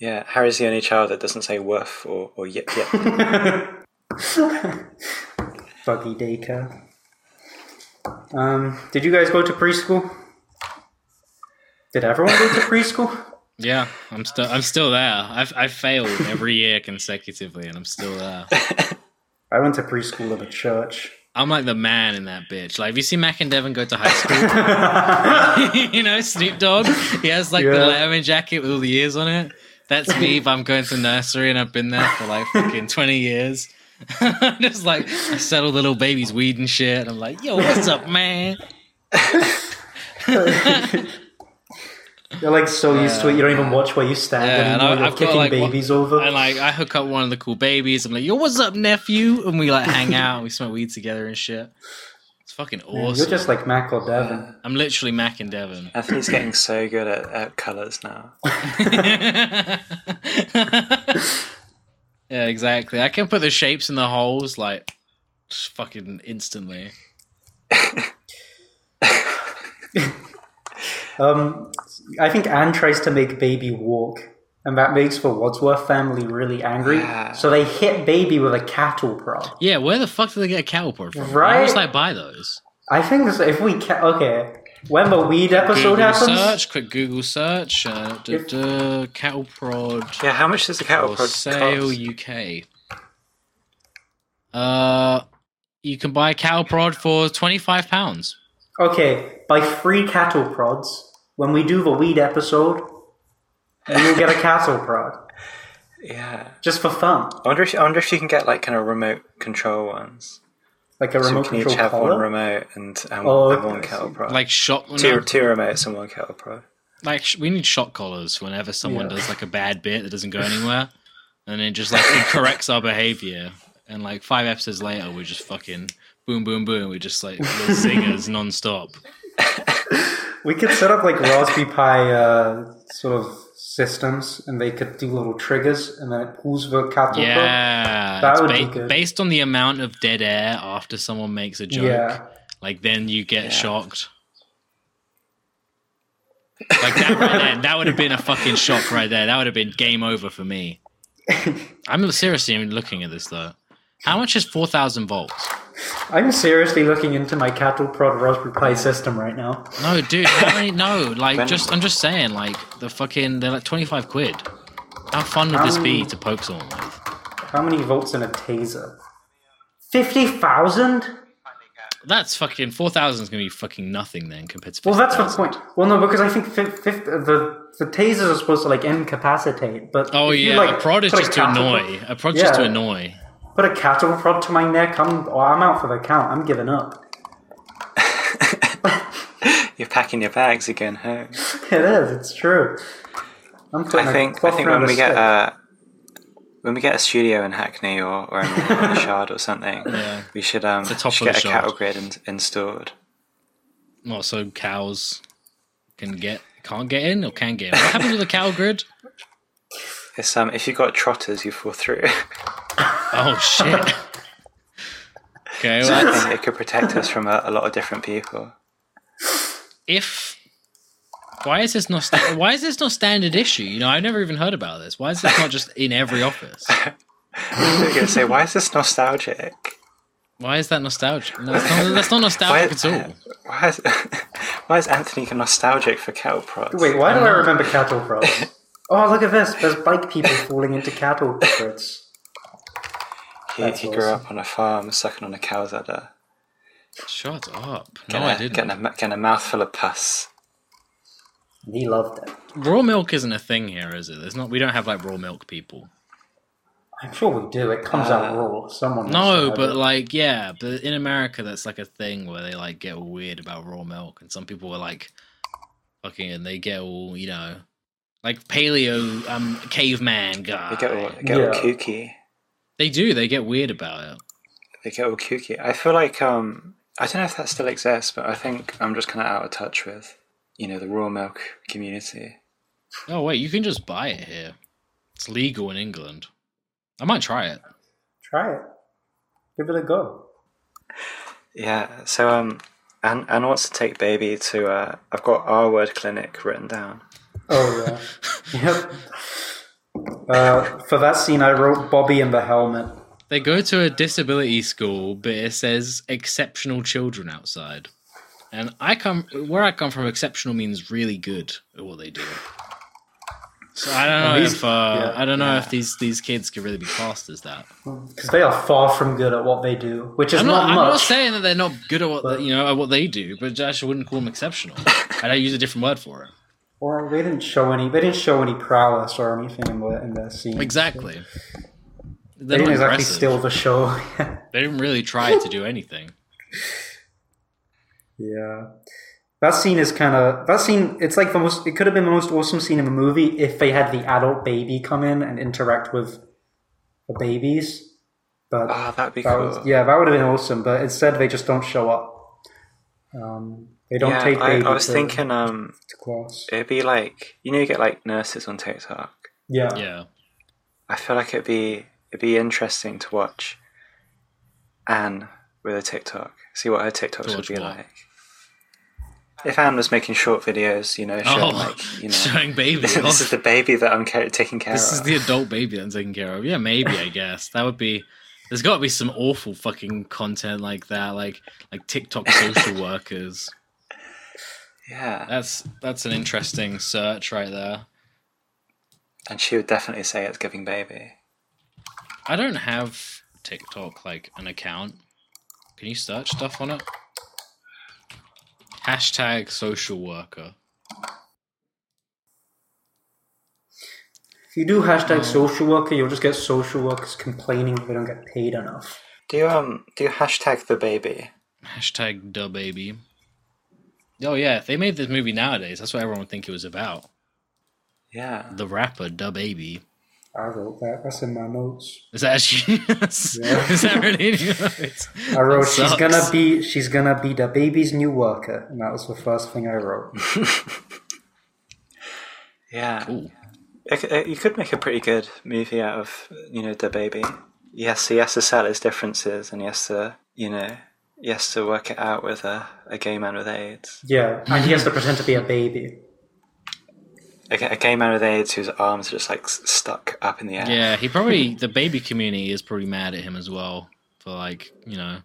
C: Yeah, Harry's the only child that doesn't say woof or, or yip yip.
B: Buggy daycare. Um, did you guys go to preschool? Did everyone go to preschool?
A: Yeah, I'm still I'm still there. I've I failed every year consecutively, and I'm still there.
B: I went to preschool at a church.
A: I'm like the man in that bitch. Like, have you seen Mac and Devon go to high school? you know, Snoop Dogg. He has like the
B: Yeah.
A: letterman jacket with all the ears on it. That's me. If I'm going to nursery and I've been there for like fucking 20 years. I'm just like I settle the little baby's weed and shit. And I'm like, yo, what's up, man?
B: You're like so used to it, you don't even watch where you stand
A: Yeah, and
B: anymore.
A: I-
B: You're
A: I've got,
B: kicking
A: like, one-
B: babies over.
A: And like I hook up one of the cool babies. I'm like, yo, what's up, nephew? And we like hang out. We smoke weed together and shit. It's fucking awesome.
B: You're just like Mac or Devin.
A: I'm literally Mac and Devon.
C: Anthony's getting so good at, at colours now.
A: yeah, exactly. I can put the shapes in the holes like just fucking instantly.
B: Um, I think Anne tries to make baby walk, and that makes the Wadsworth family really angry.
C: Yeah.
B: So they hit baby with a cattle prod.
A: Yeah, where the fuck do they get a cattle prod from? Where
B: Right?
A: must I buy those?
B: I think this- if we ca- okay, when the weed
A: Google
B: episode happens,
A: search, quick Google search, uh, duh,
B: If-
A: duh, cattle prod
C: Yeah, how much does a cattle
A: for
C: prod
A: sale
C: cost?
A: UK. Uh, you can buy a cattle prod for twenty five pounds.
B: okay, by free cattle prods. When we do the weed episode, you'll get a cattle prod
C: Yeah.
B: just for fun,
C: I wonder, if, I wonder if you can get like kind of remote control ones.
B: like a
C: So
B: remote
C: we can each
B: control
C: have one
B: collar.
C: remote and, and,
B: Oh,
C: and
B: okay,
C: one
B: I
C: cattle
B: see.
C: prod.
A: Like shot,
C: two, two remotes and one cattle prod.
A: like sh- we need shot collars whenever someone
B: Yeah.
A: does like a bad bit that doesn't go anywhere and it just like it corrects our behavior and like five episodes later we're just fucking boom boom boom we're just like little singers non-stop
B: We could set up like Raspberry Pi uh, sort of systems, and they could do little triggers, and then it pulls the cattle prod.
A: yeah
B: That
A: it's
B: would be good.
A: based on the amount of dead air after someone makes a joke
B: Yeah.
A: like then you get
C: Yeah.
A: shocked like that right there that would have been a fucking shock right there that would have been game over for me i'm seriously looking at this though how much is 4000 volts
B: I'm seriously looking into my cattle prod Raspberry Pi system right now.
A: No, dude, how many? No, like,
C: When-
A: just I'm just saying, like, the fucking they're like twenty five quid. How fun would this be
B: Um,
A: to poke someone with?
B: How many volts in a taser? Fifty thousand?
A: That's fucking four thousand is gonna be fucking nothing then compared to.
B: Well, that's the
A: 50,000.
B: point. Well, no, because I think fif- fif- the the tasers are supposed to like incapacitate, but
A: Oh
B: if you,
A: yeah,
B: like,
A: a prod is
B: put
A: just to
B: cattle-
A: annoy. A prod is just to
B: Yeah.
A: annoy.
B: Put a cattle prod to my neck. I'm oh, I'm out for the count. I'm giving up.
C: You're packing your bags, you're going home.
B: It is. It's true. I'm putting
C: I
B: a
C: think I
B: cloth
C: think
B: around
C: when
B: a
C: we get uh,
B: stick.
C: a when we get a studio in Hackney or, or in a shard or something, we should um
A: top
C: should
A: of
C: get a
A: the Shard.
C: cattle grid in, installed.
A: Not so cows can get can't get in or can get in. What happens with the cow grid?
C: It's, um, if you've got trotters, you fall through.
A: Oh shit. okay, well, that's-
C: And it could protect us from a, a lot of different people.
A: if why is this not sta- why is this not standard issue? You know, I've never even heard about this. Why is this not just in every office?
C: They're going to say, "Why is this nostalgic?
A: Why is that nostalgic? No, that's not, that's not
C: Why,
A: nostalgic at all.
C: why is why is Anthony nostalgic for cattle prods?
B: Wait, why do
C: uh,
B: I remember cattle prods? oh, look at this. There's bike people falling into cattle prods.
C: he,
B: that's
C: he grew
B: awesome.
C: up on a farm, sucking on a cow's udder,
A: Shut up. No,
C: getting,
A: I
C: a, getting,
A: didn't.
C: a, getting a mouthful of pus.
B: He loved it.
A: Raw milk isn't a thing here, is it? There's not. We don't have like raw milk people.
B: I'm sure we do. It comes
C: Uh,
B: out raw. Someone
A: No,
B: must have
A: but
B: it.
A: like, yeah, but in America, that's like a thing where they like get all weird about raw milk, and some people are like, fucking, and they get all you know, like paleo, um, caveman guy.
C: They get all, get all
B: Yeah.
C: kooky.
A: They do. They get weird about it.
C: They get all kooky. I feel like um, I don't know if that still exists, but I think I'm just kind of out of touch with, you know, the raw milk community.
A: Oh wait, you can just buy it here. It's legal in England. I might try it.
B: try it. Give it a go.
C: Yeah. So um, and and wants to take baby to uh, I've got R word clinic written down.
B: Oh yeah. yep. Uh, for that scene, I wrote Bobby in the helmet.
A: They go to a disability school, but it says exceptional children outside. And I come where I come from. Exceptional means really good at what they do. So I don't know
B: these-
A: if uh,
B: yeah,
A: I don't know if these these kids could really be classed as that.
B: Because they are far from good at what they do, which is
A: I'm not, I'm not
B: much.
A: saying that they're not good at what they, you know at what they do, but I actually wouldn't call them exceptional. I'd use a different word for it.
B: or they didn't show any. They didn't show any prowess or anything in the in that scene.
A: Exactly. They're
B: They
A: not
B: didn't exactly
A: impressive.
B: steal the show.
A: They didn't really try to do anything.
B: yeah. That scene is kind of that scene. It's like the most. It could have been the most awesome scene in the movie if they had the adult baby come in and interact with the babies. But
C: Oh, that'd be
B: That
C: cool.
B: was, yeah, that would have been awesome. But instead, they just don't show up. Um, they don't
C: Yeah,
B: take
C: I,
B: baby
C: I was
B: to,
C: thinking um,
B: to class.
C: it'd be like you know you get like nurses on TikTok.
B: Yeah,
A: Yeah.
C: I feel like it'd be it'd be interesting to watch Anne with a TikTok. See what her TikToks
A: To
C: would
A: watch
C: be
A: what?
C: like. If Anne was making short videos, you know, showing
A: Oh,
C: like you know,
A: showing baby.
C: this,
A: off.
C: is the baby that I'm care- taking care
A: This is
C: of.
A: the adult baby that I'm taking care of. Yeah, maybe I guess that would be. There's got to be some awful fucking content like that, like like TikTok social workers.
C: yeah,
A: That's that's an interesting search right there.
C: and she would definitely say it's giving baby.
A: I don't have TikTok like an account. Can you search stuff on it? Hashtag social worker.
B: If you do hashtag
C: Mm.
B: social worker, you'll just get social workers complaining they don't get paid enough.
C: Do you um do you hashtag the baby?
A: Hashtag duh baby. Oh yeah, if they made this movie nowadays, that's what everyone would think it was about.
C: Yeah,
A: The rapper duh baby.
B: I wrote that. That's in my notes.
A: Is that actually? Is that really? in your notes?
B: I wrote
A: That
B: she's
A: sucks.
B: gonna be she's gonna be the baby's new worker, and that was the first thing I wrote.
C: yeah.
A: Cool.
C: It, it, you could make a pretty good movie out of you know the baby. Yes, he has to sell his differences, and he has to you know he has to work it out with a, a gay man with AIDS,
B: yeah, and he has to pretend to be a baby.
C: a, ga- a gay man with AIDS whose arms are just like s- stuck up in the air.
A: Yeah, he probably the baby community is probably mad at him as well for like you know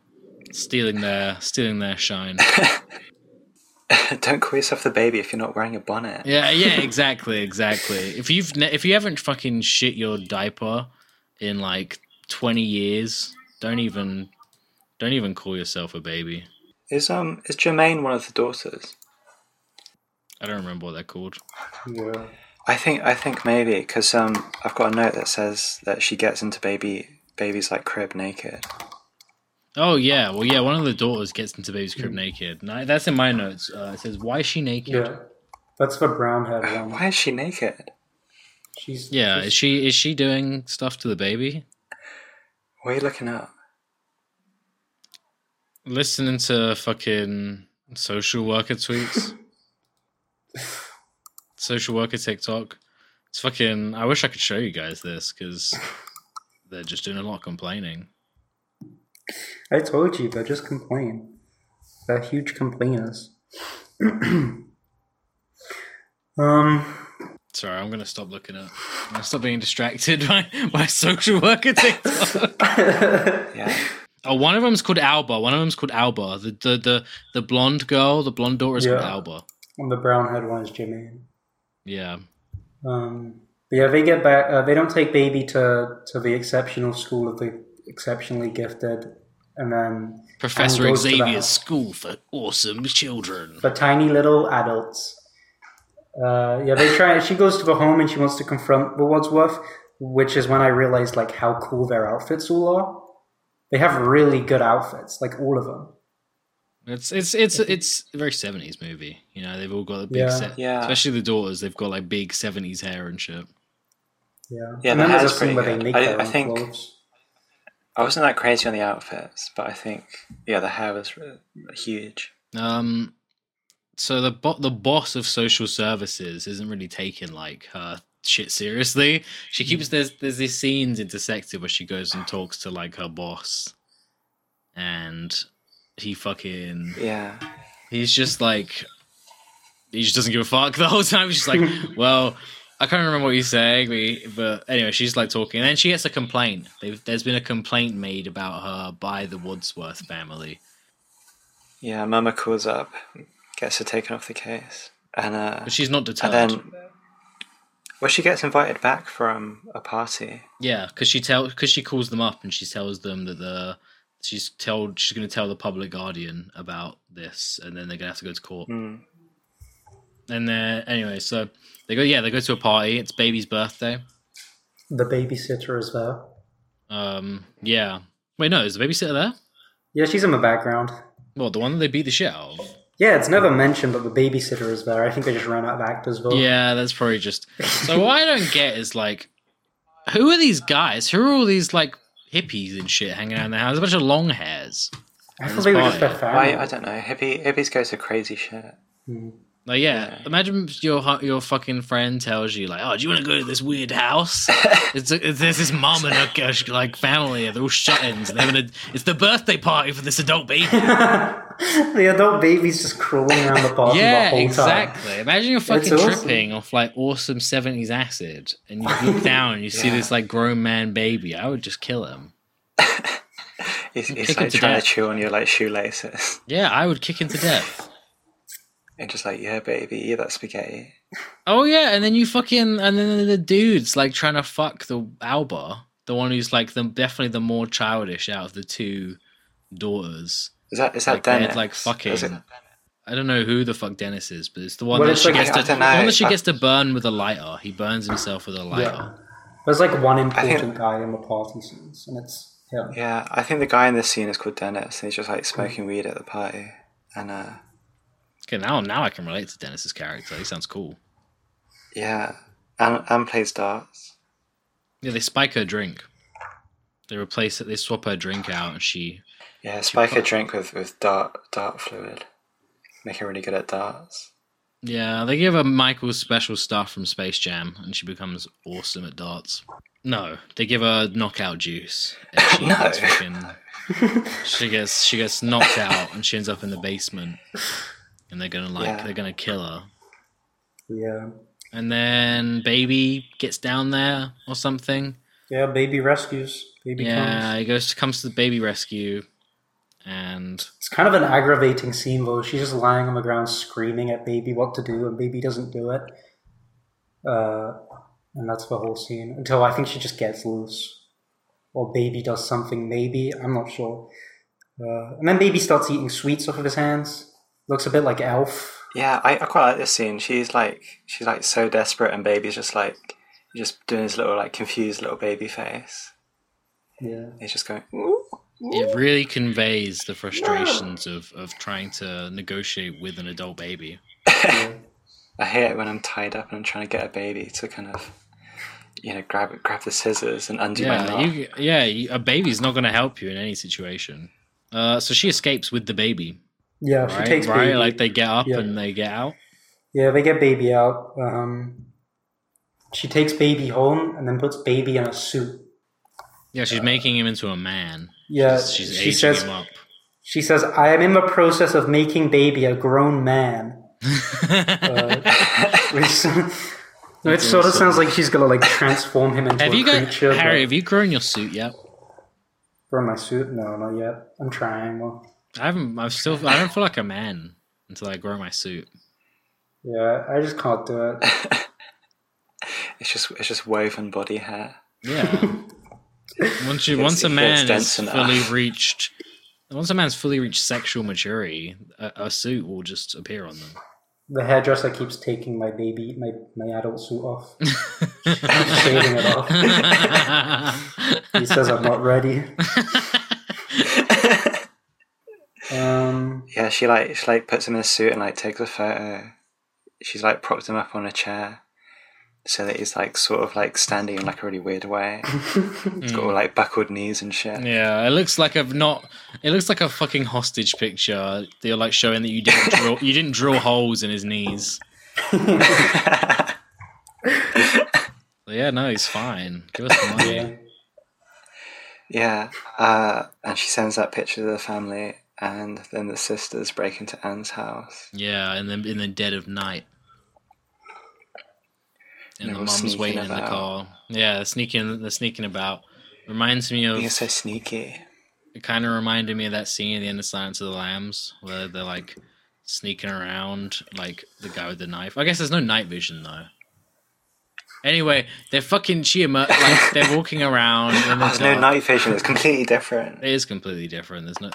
A: stealing their stealing their shine.
C: Don't call yourself the baby if you're not wearing a bonnet.
A: Yeah, yeah, exactly, exactly. If you've ne- if you haven't fucking shit your diaper in like twenty years, don't even don't even call yourself a baby.
C: Is um is Jermaine one of the daughters?
A: I don't remember what they're called.
B: Yeah.
C: I think I think maybe because um I've got a note that says that she gets into baby baby's like crib naked.
A: Oh yeah, well yeah. One of the daughters gets into baby's crib naked. And I- that's in my notes. Uh, it says why is she naked?
B: Yeah. That's the brown head one.
C: Why is she naked?
B: She's
A: Yeah, is she is she doing stuff to the baby?
C: What are you looking at?
A: Listening to fucking social worker tweets. social worker TikTok. It's fucking I wish I could show you guys this cuz they're just doing a lot of complaining.
B: I told you, they just complain. They're huge complainers. um,
A: Sorry, I'm going to stop looking at. I'm going to stop being distracted by, by social worker TikTok.
C: Yeah,
A: oh, one of them's called Alba. One of them's called Alba. The the the, the blonde girl, the blonde daughter is called
B: Yeah.
A: Alba.
B: and the brown head one is Jermaine.
A: Yeah.
B: Um, but yeah, they get back. Uh, they don't take baby to to the exceptional school of the exceptionally gifted, and then
A: Professor
B: goes to the
A: Xavier's
B: house.
A: School for Awesome Children.
B: the tiny little adults. Uh, yeah, they try. She goes to the home and she wants to confront the Wadsworth, which is when I realized like how cool their outfits all are. They have really good outfits, like all of them.
A: It's it's it's it's a very seventies movie. You know, they've all got a big
B: Yeah.
A: set,
C: Yeah.
A: especially the daughters. They've got like big seventies hair and shit.
B: Yeah,
C: Yeah,
B: and
C: the
B: then there's a
C: hair's
B: scene
C: pretty
B: where they
C: good.
B: make
C: I-
B: their
C: I
B: own
C: think-
B: clothes.
C: I wasn't that crazy on the outfits, but I think yeah, the hair was re- huge.
A: Um, so the bo- the boss of social services isn't really taking like her shit seriously.
B: Hmm.
A: She keeps there's there's these scenes intersected where she goes and talks to like her boss, and he fucking
C: Yeah,
A: he's just like he just doesn't give a fuck the whole time. He's just like, well, I can't remember what he's saying, but- but anyway, she's like talking, and then she gets a complaint. They've, there's been a complaint made about her by the Woodsworth family.
C: Yeah, Mama calls up, gets her taken off the case, and uh,
A: But she's not deterred.
C: and then well, she gets invited back from a party.
A: yeah, because she tell because she calls them up and she tells them that the she's told she's going to tell the public guardian about this, and then they're going to have to go to court.
C: Mm.
A: And then anyway, so they go. Yeah, they go to a party. It's baby's birthday.
B: The babysitter is there.
A: Um, yeah. Wait, no, is the babysitter there?
B: Yeah, she's in the background.
A: Well, the one that they beat the shit out of.
B: Yeah, it's never mentioned, but the babysitter is there. I think they just ran out of actors. Though.
A: Yeah, that's probably just. So what I don't get is like, who are these guys? Who are all these like hippies and shit hanging out in the house? A bunch of long hairs.
B: I thought they were just their family.
C: Why I don't know. Hippie hippies go to crazy shit.
A: Like, yeah, imagine if your hu- your fucking friend tells you like, oh, do you want to go to this weird house? it's, it's there's this mom and her uh, like family. They're all shut-ins. And they're gonna. It's the birthday party for this adult baby.
B: the adult baby's just crawling around the party the
A: yeah,
B: whole
A: exactly. Imagine you're fucking
B: awesome.
A: tripping off like awesome seventies acid, and you look down and you see this like grown man baby. I would just kill him.
C: It's,
A: Kick
C: it's
A: 'em
C: like
A: to
C: trying
A: death.
C: to chew on your like shoelaces
A: Yeah, I would kick him to death.
C: and just like yeah, baby, eat that spaghetti.
A: Oh yeah, and then you fucking and then the dude's like trying to fuck the Alba, the one who's like the definitely the more childish out of the two daughters.
C: Is that is that
A: Like they're,
C: Dennis?
A: like fucking.
C: Is it-
A: I don't know who the fuck Dennis is, but it's the one
B: Well,
A: that
B: it's
A: she
B: like-
A: gets to
C: I
A: the
C: don't
A: one
C: know.
A: that she
C: I-
A: gets to burn with a lighter. He burns himself with a
B: time.
A: lighter.
B: Yeah. There's like one important
C: think-
B: guy in the party scenes, and it's him.
C: Yeah, I think the guy in this scene is called Dennis, and he's just like smoking weed at the party. And uh,
A: Okay, now now I can relate to Dennis's character. He sounds cool.
C: yeah, and, and plays darts.
A: Yeah, they spike her drink. They replace it. They swap her drink out, and she.
C: Yeah, spike a drink with, with dart dart fluid. Make her really good at darts.
A: Yeah, they give her Michael's special stuff from Space Jam, and she becomes awesome at darts. No, they give her knockout juice. And she
C: No.
A: gets fucking- she gets she gets knocked out, and she ends up in the basement. And they're gonna like
C: Yeah.
A: they're gonna kill her.
B: Yeah.
A: And then baby gets down there or something.
B: Yeah, baby rescues. Baby
A: Yeah,
B: comes.
A: he goes comes to the baby rescue, and
B: It's kind of an aggravating scene, though. She's just lying on the ground screaming at baby what to do, and baby doesn't do it. Uh, and that's the whole scene. Until I think she just gets loose. Or baby does something, maybe. I'm not sure. Uh, and then baby starts eating sweets off of his hands. Looks a bit like Elf.
C: Yeah, I, I quite like this scene. She's like she's like so desperate, and baby's just like just doing his little like confused little baby face.
B: Yeah.
C: He's just going.
A: it really conveys the frustrations of, of trying to negotiate with an adult baby.
C: I hate it when I'm tied up and I'm trying to get a baby to kind of, you know, grab grab the scissors and undo my
A: Yeah,
C: knot.
A: you, yeah, you, a baby's not going to help you in any situation. Uh, so she escapes with the baby,
B: Yeah,
A: right?
B: she takes
A: right?
B: baby.
A: Like they get up
B: Yeah.
A: and they get out.
B: Yeah, they get baby out. Um, she takes baby home and then puts baby in a suit.
A: Yeah, she's making him into a man.
B: Uh, Yeah,
A: She's
B: she
A: aging
B: says
A: him up.
B: she says I am in the process of making baby a grown man. Uh, Which, it sort of sounds like she's gonna like transform him into
A: have
B: a
A: you got
B: creature. but-
A: Harry? Have you grown your suit yet?
B: Grow my suit? No, not yet. I'm trying. Well,
A: I haven't. I've still. I don't feel like a man until I grow my suit.
B: yeah, I just can't do it.
C: It's just it's just woven body hair.
A: Yeah. once you
C: It's-
A: once a
C: it's
A: man is
C: dense enough.
A: fully reached, once a man's fully reached sexual maturity, a, a suit will just appear on them.
B: The hairdresser keeps taking my baby, my my adult suit off, shaving it off. He says I'm not ready. um,
C: Yeah, she like she like puts him in a suit and like takes a photo. She's like propped him up on a chair so that he's like sort of like standing in like a really weird way. He's
A: Mm.
C: got all like buckled knees and shit.
A: yeah, it looks like a not. It looks like a fucking hostage picture. They're like showing that you didn't drill, you didn't drill holes in his knees. But yeah, no, he's fine. Give us the money.
B: yeah.
C: Yeah. Uh, and she sends that picture to the family and then the sisters break into Anne's house.
A: Yeah, in the in the dead of night. and
C: They're
A: the
C: all
A: mum's
C: sneaking
A: waiting in the
C: about.
A: car. Yeah, they're sneaking. They're sneaking about. Reminds me of.
C: You're so sneaky.
A: It kind of reminded me of that scene at the end of Silence of the Lambs where they're like sneaking around, like the guy with the knife. I guess there's no night vision though. Anyway, they're fucking she emer- like they're walking around. And
C: Oh, There's no night vision. It's completely different.
A: It is completely different. There's no.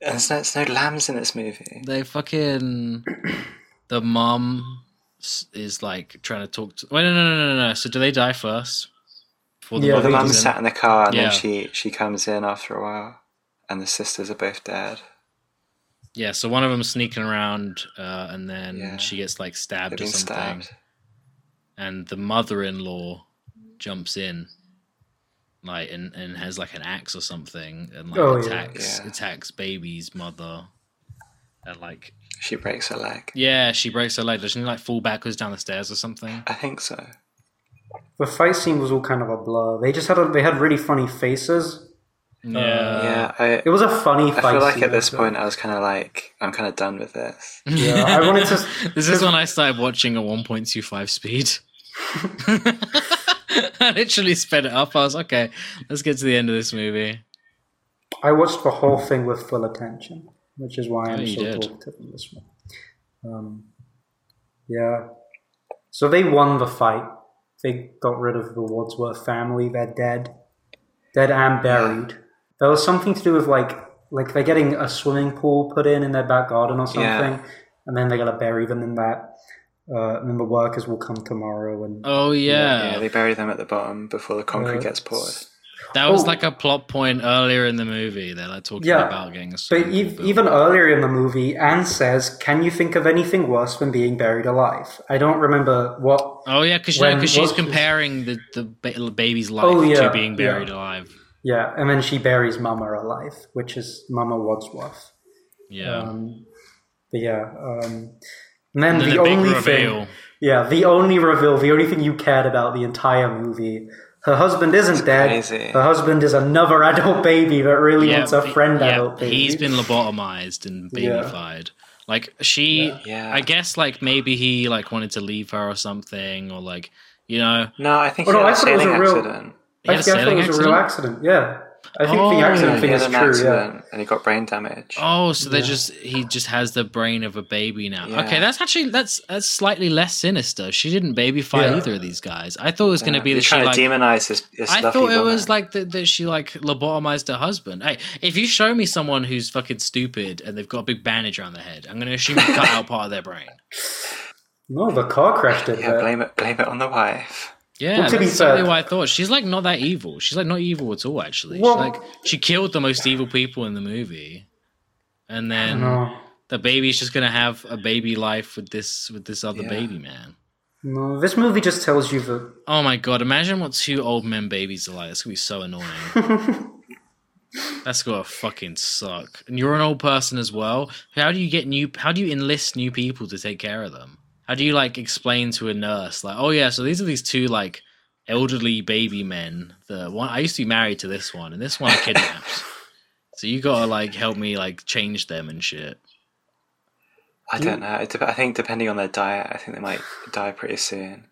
C: There's no, there's no lambs in this movie.
A: They fucking the mum s- is like trying to talk to. Wait, no, no, no, no, no. So do they die first? Before
B: Yeah,
C: Well, the
B: they
A: mum
C: mum
A: comes in?
C: sat in the car, and
A: Yeah.
C: then she she comes in after a while, and the sisters are both dead.
A: Yeah, so one of them's sneaking around, uh, and then
C: Yeah.
A: she gets like
C: They've
A: stabbed or
C: been
A: something,
C: stabbed.
A: and the mother-in-law jumps in, like and, and has like an axe or something, and like
B: Oh, yeah.
A: attacks
C: Yeah.
A: attacks baby's mother, and like
C: She breaks her leg.
A: yeah, she breaks her leg. Doesn't she like fall backwards down the stairs or something?
C: I think so.
B: The fight scene was all kind of a blur. They just had a, they had really funny faces. Oh,
A: Yeah,
C: yeah, I,
B: It was a funny fight.
C: I feel like
B: scene,
C: at this
B: actually.
C: point I was kind of like, I'm kind of done with this.
B: Yeah, I wanted to.
A: This is when I started watching at 1.25 speed. I literally sped it up. I was okay. Let's get to the end of this movie.
B: I watched the whole thing with full attention, which is why I'm
A: Oh, you
B: so
A: did.
B: talkative in this one. Um, yeah. So they won the fight. They got rid of the Wadsworth family. They're dead, dead and buried. There was something to do with like like they're getting a swimming pool put in in their back garden or something,
C: Yeah.
B: and then they're gonna bury them in that. Uh, and then the workers will come tomorrow and
A: Oh
C: Yeah, they bury them at the bottom before the concrete
B: Uh,
C: gets poured.
A: That was
B: Oh.
A: like a plot point earlier in the movie. They're like talking
B: Yeah,
A: about getting a
B: But
A: swimming pool
B: ev
A: built.
B: even earlier in the movie, Anne says, "Can you think of anything worse than being buried alive?" I don't remember what.
A: oh yeah, because you know,
B: when-
A: 'cause she's
B: what's his-
A: comparing the the ba- baby's life
B: Oh, yeah,
A: to being
B: yeah.
A: buried alive.
B: Yeah, and then she buries Mama alive, which is Mama Wadsworth.
A: Yeah,
B: Um, but yeah, um, and then
A: and then
B: the,
A: the, big
B: only
A: reveal.
B: thing, yeah, the only reveal, the only thing you cared about the entire movie. Her husband isn't dead.
C: crazy.
B: Her husband is another adult baby that really
A: Yeah,
B: wants a
A: he-
B: friend
A: yeah,
B: adult baby.
A: he's been lobotomized and
B: Yeah.
A: babyfied. Like she,
C: Yeah.
A: I guess like maybe he like wanted to leave her or something, or like you know,
C: No, I think
B: Oh,
C: he
B: no,
C: had
B: I
C: a
B: thought it was
C: sailing
B: a real-
C: accident.
A: he
B: I
A: had a
B: guess it
A: sailing
B: was a real
A: accident.
B: accident. Yeah, I think
A: Oh.
B: the accident
A: Yeah,
C: he
B: thing
C: had
B: is
C: an
B: true. Yeah.
C: accident and he got brain damage.
A: Oh, so they just he just has the brain of a baby now.
C: Yeah.
A: Okay, that's actually that's that's slightly less sinister. She didn't baby fight
B: Yeah.
A: either of these guys. I thought it was gonna
C: Yeah,
A: be that
C: he's
A: she
C: trying
A: like
C: to demonize this. this
A: I
C: lovely
A: thought it was
C: woman.
A: like that, that she like lobotomized her husband. Hey, if you show me someone who's fucking stupid and they've got a big bandage around their head, I'm gonna assume you cut out part of their brain.
B: No, the car crash did
C: yeah,
B: that.
C: blame it, blame it on the wife.
A: Yeah,
B: Well, to be
A: that's exactly
B: fair-
A: what I thought. She's like not that evil. She's like not evil at all. Actually,
B: Well-
A: she, like she killed the most evil people in the movie, and then
B: No,
A: the baby's just gonna have a baby life with this with this other
C: Yeah.
A: baby man.
B: no. This movie just tells you that
A: Oh my god, imagine what two old men babies are like. That's gonna be so annoying. That's gonna fucking suck. And you're an old person as well. How do you get new how do you enlist new people to take care of them? How do you like explain to a nurse like, oh yeah, so these are these two like elderly baby men. The one I used to be married to this one and this one I kidnapped. so you gotta like help me like change them and shit.
C: I don't know. It dep- I think depending on their diet, I think they might die pretty soon.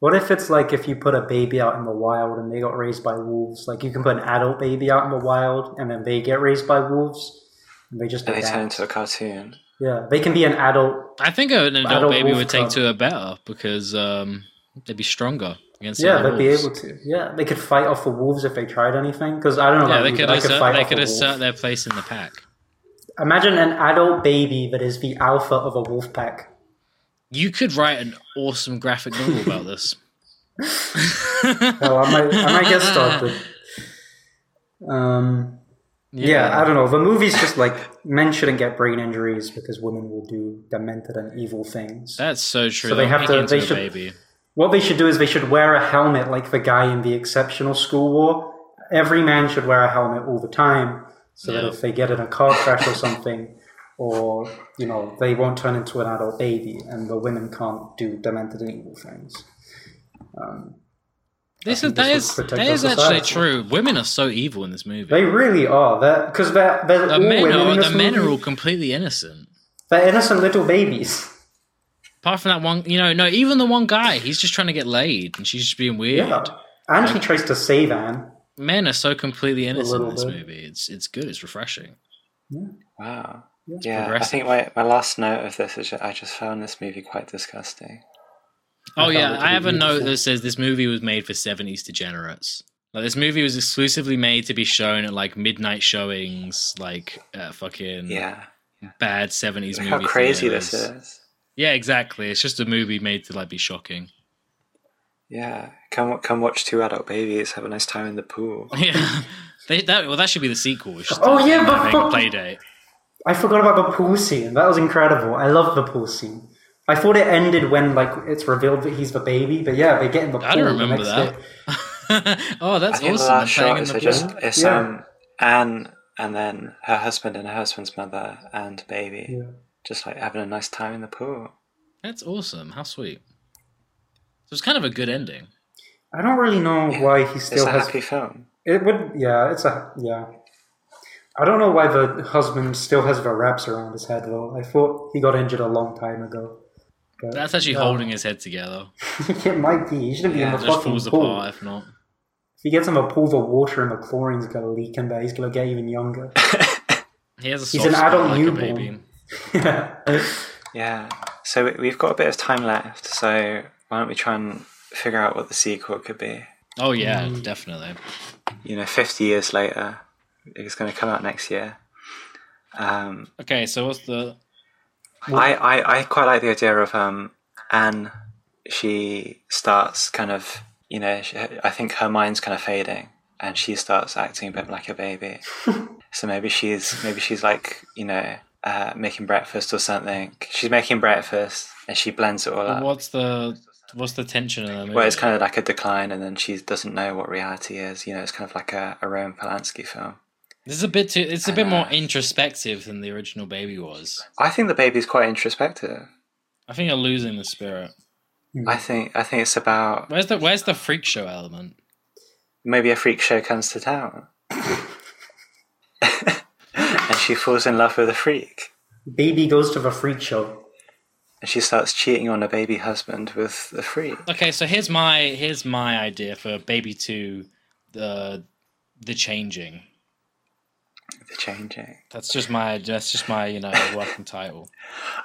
B: what if it's like if you put a baby out in the wild and they got raised by wolves? Like you can put an adult baby out in the wild and then they get raised by wolves and they just
C: And they
B: adapt.
C: turn into a cartoon.
B: yeah, they can be an adult.
A: I think an adult
B: Adult
A: baby
B: wolf
A: would take
B: cub.
A: to her better because um, they'd be stronger against.
B: Yeah,
A: other
B: they'd be
A: wolves.
B: able to. Yeah, they could fight off the wolves if they tried anything. Because I don't know
A: Yeah,
B: about
A: they
B: you,
A: could
B: but I could
A: assert,
B: fight
A: they
B: off
A: could
B: a
A: assert
B: wolf.
A: their place in the pack.
B: Imagine an adult baby that is the alpha of a wolf pack.
A: You could write an awesome graphic novel about this.
B: Oh, I might, I might get started. Um, yeah. I don't know. The movie's just like men shouldn't get brain injuries because women will do demented and evil things.
A: That's so true.
B: So they
A: They'll
B: have
A: pick
B: to-
A: into
B: they
A: the
B: should-
A: baby.
B: What they should do is they should wear a helmet like the guy in the Exceptional School War. Every man should wear a helmet all the time so
A: Yeah.
B: that if they get in a car crash or something, or you know, they won't turn into an adult baby, and the women can't do demented and evil things.
A: This is
B: think
A: that
B: this
A: is
B: would protect
A: that
B: our
A: is actually
B: society.
A: true. Women are so evil in this movie.
B: They really are. They're because they're, they're
A: the
B: all
A: men
B: women
A: are
B: in
A: the
B: this
A: men are
B: movie.
A: all completely innocent.
B: They're innocent little babies.
A: Apart from that one, you know, no, even the one guy, he's just trying to get laid, and she's just being weird.
B: Yeah. And he tries to save Anne.
A: Men are so completely innocent in
B: little
A: this
B: bit.
A: movie. It's it's good. It's refreshing.
C: Wow.
B: It's
C: Yeah, I
A: progressive.
C: think my, my last note of this is ju- I just found this movie quite disgusting.
A: Oh
B: I
A: yeah,
B: thought it
A: I have
B: was
A: a note
B: beautiful.
A: that says this movie was made for seventies degenerates. Like this movie was exclusively made to be shown at like midnight showings, like uh, fucking
C: Yeah.
A: bad seventies
C: Look
A: movie.
C: how crazy this
A: theaters.
C: is.
A: Yeah, exactly. It's just a movie made to like be shocking.
C: Yeah. Come come watch two adult babies have a nice time in the pool.
A: Oh, Yeah, they, that well that should be the sequel. It's just
B: Oh,
A: like,
B: yeah, but
A: having a
B: fuck-
A: play date.
B: I forgot about the pool scene. That was incredible. I love the pool scene. I thought it ended when like it's revealed that he's the baby, but yeah, they get in the pool.
A: I don't
B: the
A: remember
B: next
A: that.
B: day.
A: oh,
C: I
A: that's awesome.
C: think the last
A: They're
C: shot
A: playing in
C: is
A: the
C: they
A: pool.
C: just it's
B: Yeah.
C: um Anne and then her husband and her husband's mother and baby.
B: Yeah.
C: Just like having a nice time in the pool.
A: That's awesome. How sweet. So it's kind of a good ending.
B: I don't really know
C: Yeah.
B: why he still
C: it's a
B: has.
C: happy film.
B: It would, yeah, it's a yeah. I don't know why the husband still has the wraps around his head though. I thought he got injured a long time ago. But,
A: That's actually
B: yeah.
A: holding his head together.
B: it might be. He shouldn't be
C: Yeah,
B: in
A: It
B: the
A: just
B: fucking
A: falls
B: pool.
A: apart if not.
B: If he gets in a pool, the water and the chlorine's gonna leak in there. He's gonna get even younger.
A: He has a soft
B: He's an
A: spot
B: adult
A: like a
B: newborn.
A: baby.
C: Yeah. So we- we've got a bit of time left, so why don't we try and figure out what the sequel could be?
A: Oh yeah,
B: Mm.
A: definitely.
C: You know, fifty years later. It's gonna come out next year. Um
A: Okay, so what's the
C: I, I, I quite like the idea of um, Anne. She starts kind of, you know, she, I think her mind's kind of fading, and she starts acting a bit like a baby. so maybe she's maybe she's like, you know, uh, making breakfast or something. She's making breakfast, and she blends it all
B: Uh,
C: up.
A: what's the what's the tension in the movie?
C: Well, it's kind of like a decline, and then she doesn't know what reality is. You know, it's kind of like a, a Roman Polanski film.
A: this is a bit too. It's a bit
C: Uh,
A: more introspective than the original baby was.
C: I think the baby's quite introspective.
A: I think you're losing the spirit.
C: I think I think it's about
A: Where's the Where's the freak show element?
C: maybe a freak show comes to town. and she falls in love with a freak.
B: Baby goes to the freak show.
C: And she starts cheating on her baby husband with the freak.
A: Okay, so here's my here's my idea for Baby Two, the the changing.
C: The changing.
A: That's just my that's just my you know working title.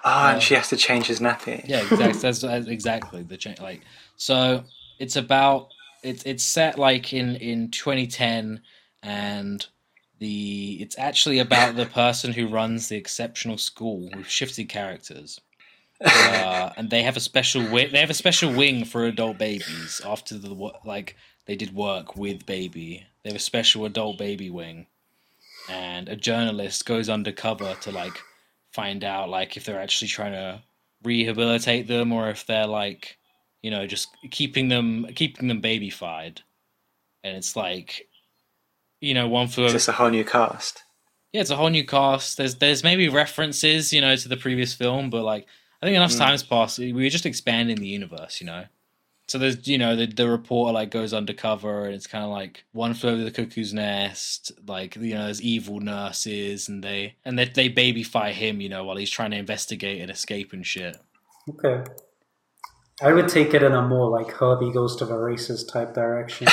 C: Oh, and she has to change his nappy.
A: Yeah, exactly. that's, that's exactly the change. Like, so it's about it's it's set like in in 2010, and the it's actually about the person who runs the exceptional school with shifted characters. Uh, and they have a special wi- they have a special wing for adult babies after the wo- like they did work with baby they have a special adult baby wing and a journalist goes undercover to like find out like if they're actually trying to rehabilitate them or if they're like you know just keeping them keeping them babyfied and it's like you know one for
C: It's just a whole new cast.
A: yeah, it's a whole new cast. There's there's maybe references, you know, to the previous film, but like I think enough time's passed. We were just expanding the universe, you know. So there's you know the the reporter like goes undercover and it's kind of like one flew over the cuckoo's nest. Like you know there's evil nurses and they and they they babyfy him, you know, while he's trying to investigate and escape and shit.
B: Okay. I would take it in a more like Herbie goes to the races type direction.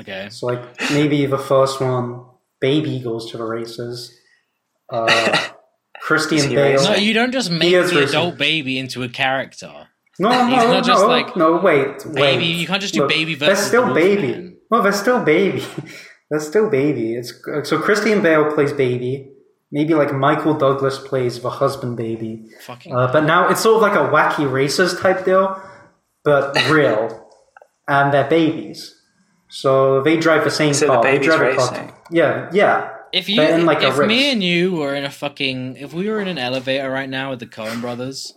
A: Okay,
B: so like maybe the first one, Baby goes to the races. Uh, Christian
C: he
B: Bale.
C: racist?
A: no, you don't just make
B: is
A: the
B: racist.
A: adult baby into a character.
B: No, no,
A: He's
B: no,
A: not just
B: no,
A: like,
B: no. Wait, wait.
A: "Baby," you can't just do baby
B: They're
A: versus
B: still
A: the
B: baby.
A: Wolfman.
B: No, they're still baby. they're still baby. It's so Christian Bale plays baby. Maybe like Michael Douglas plays the husband baby.
A: Fucking
B: Uh, but now it's sort of like a wacky racist type deal, but real, and they're babies. So they drive the same
C: So the
B: car. they
C: baby's
B: drive a car-
C: racing.
B: Yeah, yeah.
A: If you,
B: They're in, like, a
A: if me
B: race.
A: and you were in a fucking, if we were in an elevator right now with the Coen Brothers,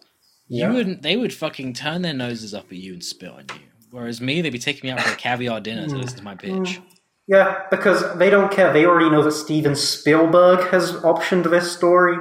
B: Yeah.
A: you wouldn't. They would fucking turn their noses up at you and spit on you. Whereas me, they'd be taking me out for a caviar dinner to listen to my
B: Hmm.
A: pitch.
B: Yeah, because they don't care. They already know that Steven Spielberg has optioned this story.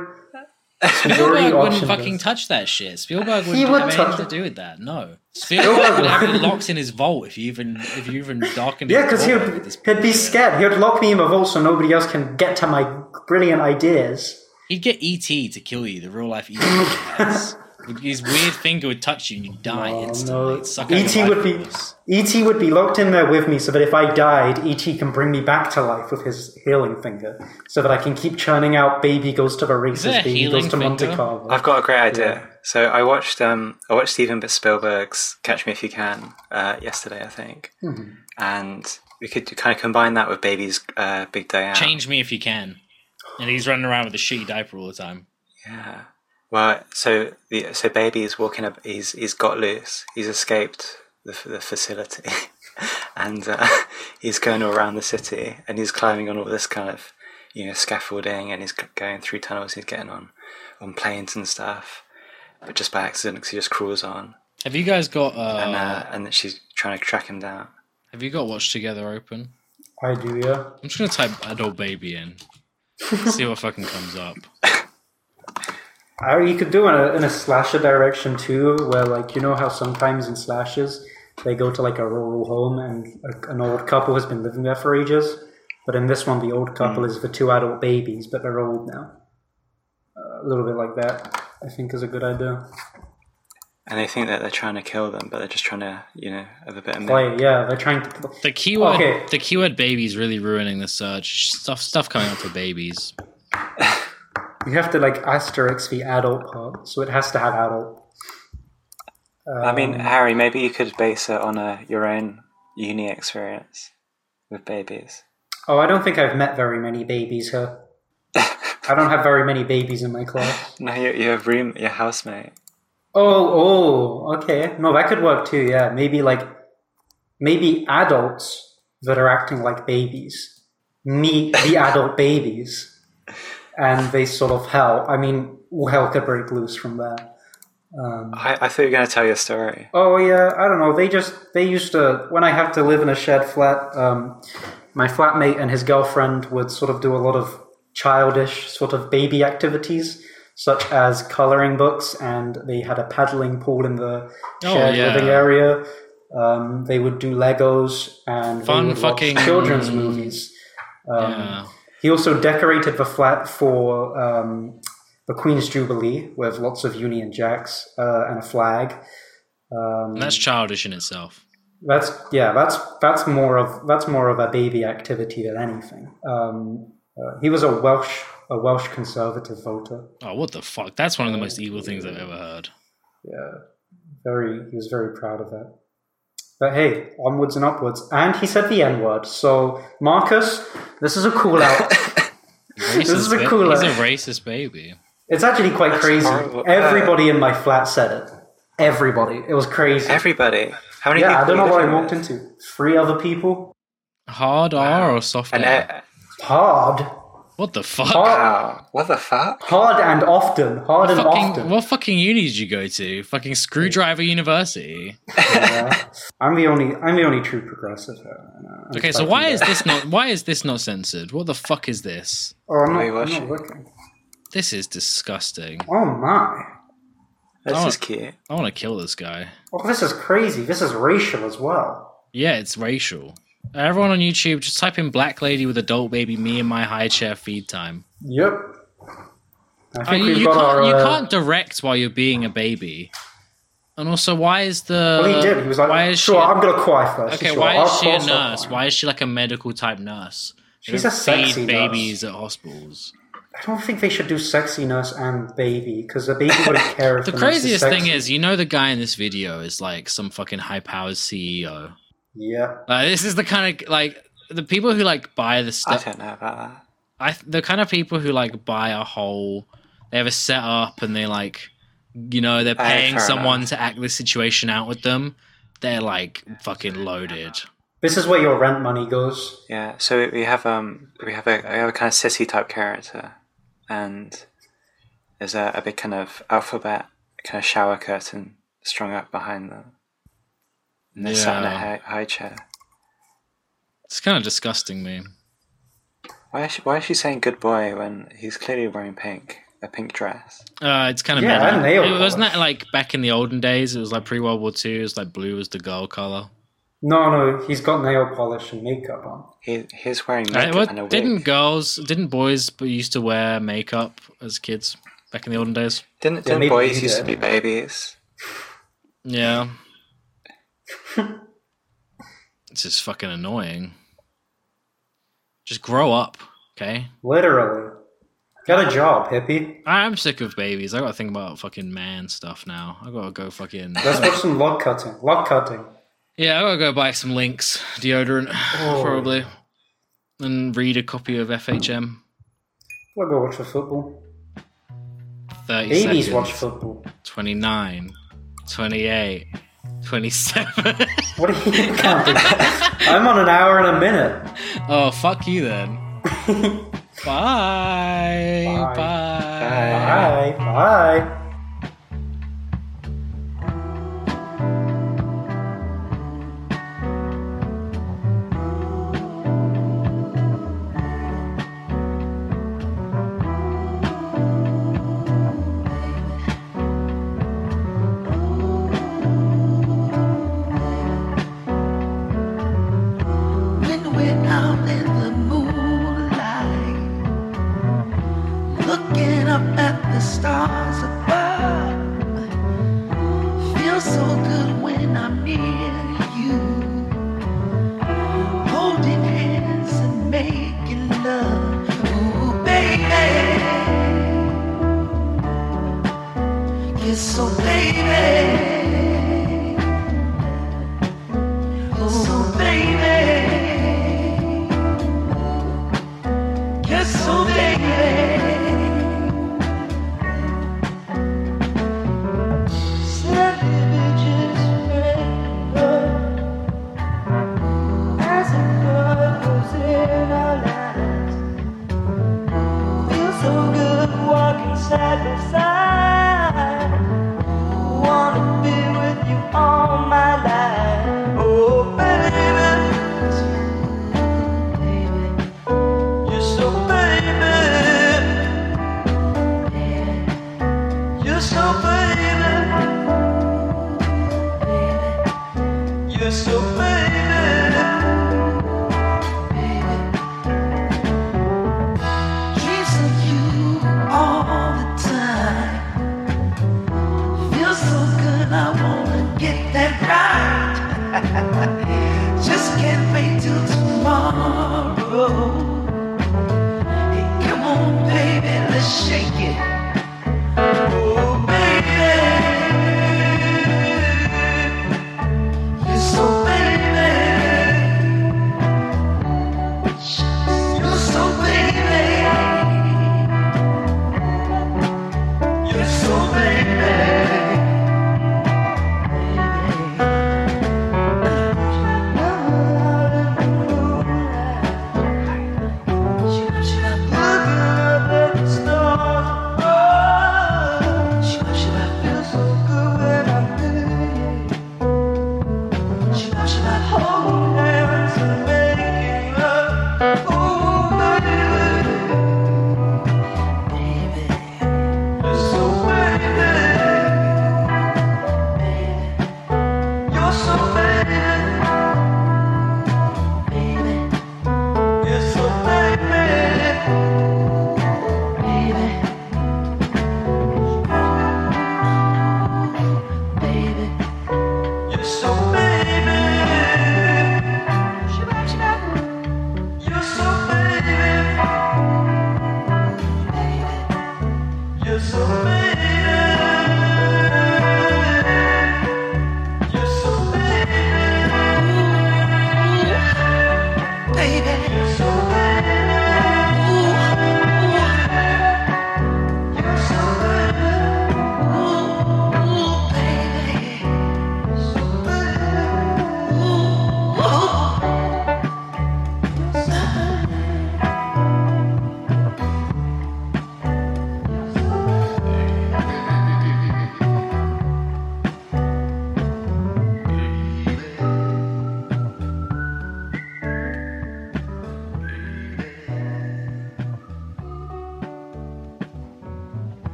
B: He's already
A: Spielberg wouldn't
B: optioned
A: fucking
B: this.
A: touch that shit. Spielberg wouldn't
B: He would
A: have anything
B: touch
A: to
B: it.
A: do with that. No, Spielberg would
B: would.
A: have it locked in his vault if you even if you even darkened.
B: Yeah,
A: his
B: because
A: vault with
B: he'd,
A: this
B: he'd be
A: bullshit.
B: scared. He'd lock me in a vault so nobody else can get to my brilliant ideas.
A: E He'd get ET to kill you, the real life ET. E His weird finger would touch you and you'd die
B: Oh,
A: instantly.
B: no.
A: It'd suck out
B: E.T.
A: your
B: would
A: life
B: be
A: force.
B: E.T. would be locked in there with me, so that if I died, E.T. can bring me back to life with his healing finger, so that I can keep churning out baby goes to the
A: there a
B: races, baby goes
A: healing
B: to Monte
A: finger?
B: Carlo.
C: I've got a great idea. So I watched um I watched Steven Spielberg's Catch Me If You Can uh, yesterday, I think, and we could kind of combine that with Baby's uh, Big Day Out.
A: Change me if you can. And he's running around with a shitty diaper all the time.
C: Yeah. Well, so the so Baby is walking up. He's he's got loose. He's escaped the f- the facility, and uh, he's going all around the city, and he's climbing on all this kind of you know scaffolding, and he's g- going through tunnels. He's getting on on planes and stuff, but just by accident because he just crawls on.
A: Have you guys got uh,
C: and uh, and that she's trying to track him down.
A: Have you got Watch Together open?
B: I do, yeah.
A: I'm just gonna type adult baby in. see what fucking comes up.
B: Or you could do in a, in a slasher direction too, where like you know how sometimes in slashes they go to like a rural home and a, an old couple has been living there for ages, but in this one the old couple
A: Hmm.
B: is the two adult babies, but they're old now. Uh, a little bit like that, I think, is a good idea.
C: And they think that they're trying to kill them, but they're just trying to, you know, have a bit of milk.
B: Like, yeah, they're trying to.
A: The keyword
B: Okay.
A: the keyword baby's really ruining the search. Stuff stuff coming up for babies.
B: You have to like asterisk the adult part, so it has to have adult. Um,
C: I mean, Harry, maybe you could base it on a, your own uni experience with babies.
B: Oh, I don't think I've met very many babies here. I don't have very many babies in my class.
C: No, your, your room, your housemate.
B: Oh, oh, okay. No, that could work too. Yeah, maybe like maybe adults that are acting like babies meet the adult babies, and they sort of hell. I mean, hell could break loose from there.
C: I, I thought you were going to tell your story.
B: Oh yeah, I don't know. They just they used to when I have to live in a shared flat. Um, my flatmate and his girlfriend would sort of do a lot of childish sort of baby activities, such as coloring books, and they had a paddling pool in the
A: Oh,
B: shared
A: yeah.
B: living area. Um, they would do Legos and they
A: Fun
B: would
A: fucking-
B: watch children's movies. Um,
A: yeah.
B: He also decorated the flat for um, the Queen's Jubilee with lots of Union Jacks uh, and a flag. Um,
A: And that's childish in itself.
B: That's yeah. That's that's more of that's more of a baby activity than anything. Um, uh, he was a Welsh a Welsh conservative voter.
A: Oh what the fuck? That's one of the most evil things I've ever heard.
B: Yeah, very. He was very proud of that. But hey, onwards and upwards. And he said the N word. So Marcus, this is a cool out.
A: Racist
B: is a
A: ba-
B: cool-
A: He's a racist baby.
B: it's actually quite crazy.
C: horrible. Uh,
B: Everybody in my flat said it. Everybody. It was crazy.
C: Everybody. How many people
B: yeah, I don't
C: you
B: know what
C: living
B: I walked
C: with?
B: into. Three other people.
A: Hard R or soft
C: And,
A: R?
C: uh,
B: Hard,
A: What the fuck?
B: hard,
C: wow, oh, what the fuck?
B: hard, and often. Hard and often.
A: fucking, what fucking uni did you go to? Fucking Screwdriver University.
B: Yeah. I'm the only I'm the only true progressive here. and, uh, I'm
A: Okay, so
B: stuck
A: why
B: in
A: is
B: there.
A: this not why is this not censored? What the fuck is this?
B: Oh, I'm not,
C: Are you
B: I'm not
C: watching?
B: looking.
A: This is disgusting.
B: Oh my!
C: This
A: Oh.
C: is cute.
A: I want to kill this guy.
B: Oh, this is crazy. This is racial as well.
A: Yeah, it's racial. Everyone on YouTube, just type in "black lady with adult baby me in my high chair feed time."
B: Yep. I
A: Oh,
B: think
A: you,
B: we've
A: you
B: got
A: can't,
B: our.
A: you
B: uh,
A: can't direct while you're being a baby. And also, why is the
B: well, he did. He was like,
A: uh, why is
B: "Sure,
A: she,
B: I'm gonna cry first.
A: okay?
B: Sure,
A: Why
B: I'll
A: is she a
B: cross that
A: nurse?
B: line."
A: Why is she like a medical type nurse? They
B: She's
A: don't
B: a sexy
A: feed
B: nurse.
A: babies at hospitals.
B: I don't think they should do sexy nurse and baby because the baby wouldn't care. if
A: The
B: nurse is
A: craziest thing
B: sexy.
A: is, you know, the guy in this video is like some fucking E high powered CEO.
B: Yeah.
A: Like, Uh, this is the kind of like the people who like buy the
C: I
A: stuff.
C: don't know about that.
A: I th- the kind of people who like buy a whole they have a setup and they like you know
B: Uh,
A: they're
C: Hey,
A: paying
C: fair
A: someone
C: enough.
A: to act this situation out with them. They're like fucking loaded.
B: This is where your rent money goes.
C: Yeah, so we have um we have a we have a kind of sissy type character, and there's a, a big kind of alphabet kind of shower curtain strung up behind them, and they're sat in a
A: Yeah.
C: high, high chair.
A: It's kind of disgusting me.
C: Why is she, why is she saying good boy when he's clearly wearing pink a pink dress?
A: Uh, it's kind of
B: Yeah,
A: mean.
B: I nailed
A: It- wasn't
B: that.
A: that like back in the olden days? It was like pre World War Two. It was like blue was the girl color.
B: No, no, he's got nail polish and makeup on.
C: He he's wearing
A: Uh,
C: makeup
A: what-
C: and a wig.
A: didn't girls, didn't boys, but used to wear makeup as kids? back in the olden days.
C: Didn't,
B: Yeah,
C: didn't
B: maybe
C: boys
B: you
C: used to
B: did.
C: be babies?
A: Yeah. this is fucking annoying. Just grow up, okay?
B: Literally. Got a job, hippie.
A: I'm sick of babies. I gotta think about fucking man stuff now. I gotta go fucking.
B: Let's watch some log cutting. Log cutting.
A: Yeah, I gotta go buy some links, deodorant,
B: Oh.
A: probably, and read a copy of FHM.
B: We'll go watch the football.
A: 30
B: Babies
A: seconds,
B: watch football.
A: 29, 28, 27.
B: What are you counting? I'm on an hour and a minute.
A: oh, fuck you then. Bye.
B: Bye.
A: Bye.
B: Bye. Bye.
D: when we're out in the moonlight, looking up at the stars above. Feels so good when I'm near you, holding hands and making love. Ooh, baby, yes, so baby. Oh, baby. Yes, oh, baby. Slightly bitches red as a flood goes in our lives. Feels so good walking side by side. Wanna be with you all my life. Oh, baby. You're so baby. You're so baby. You're so baby. Oh,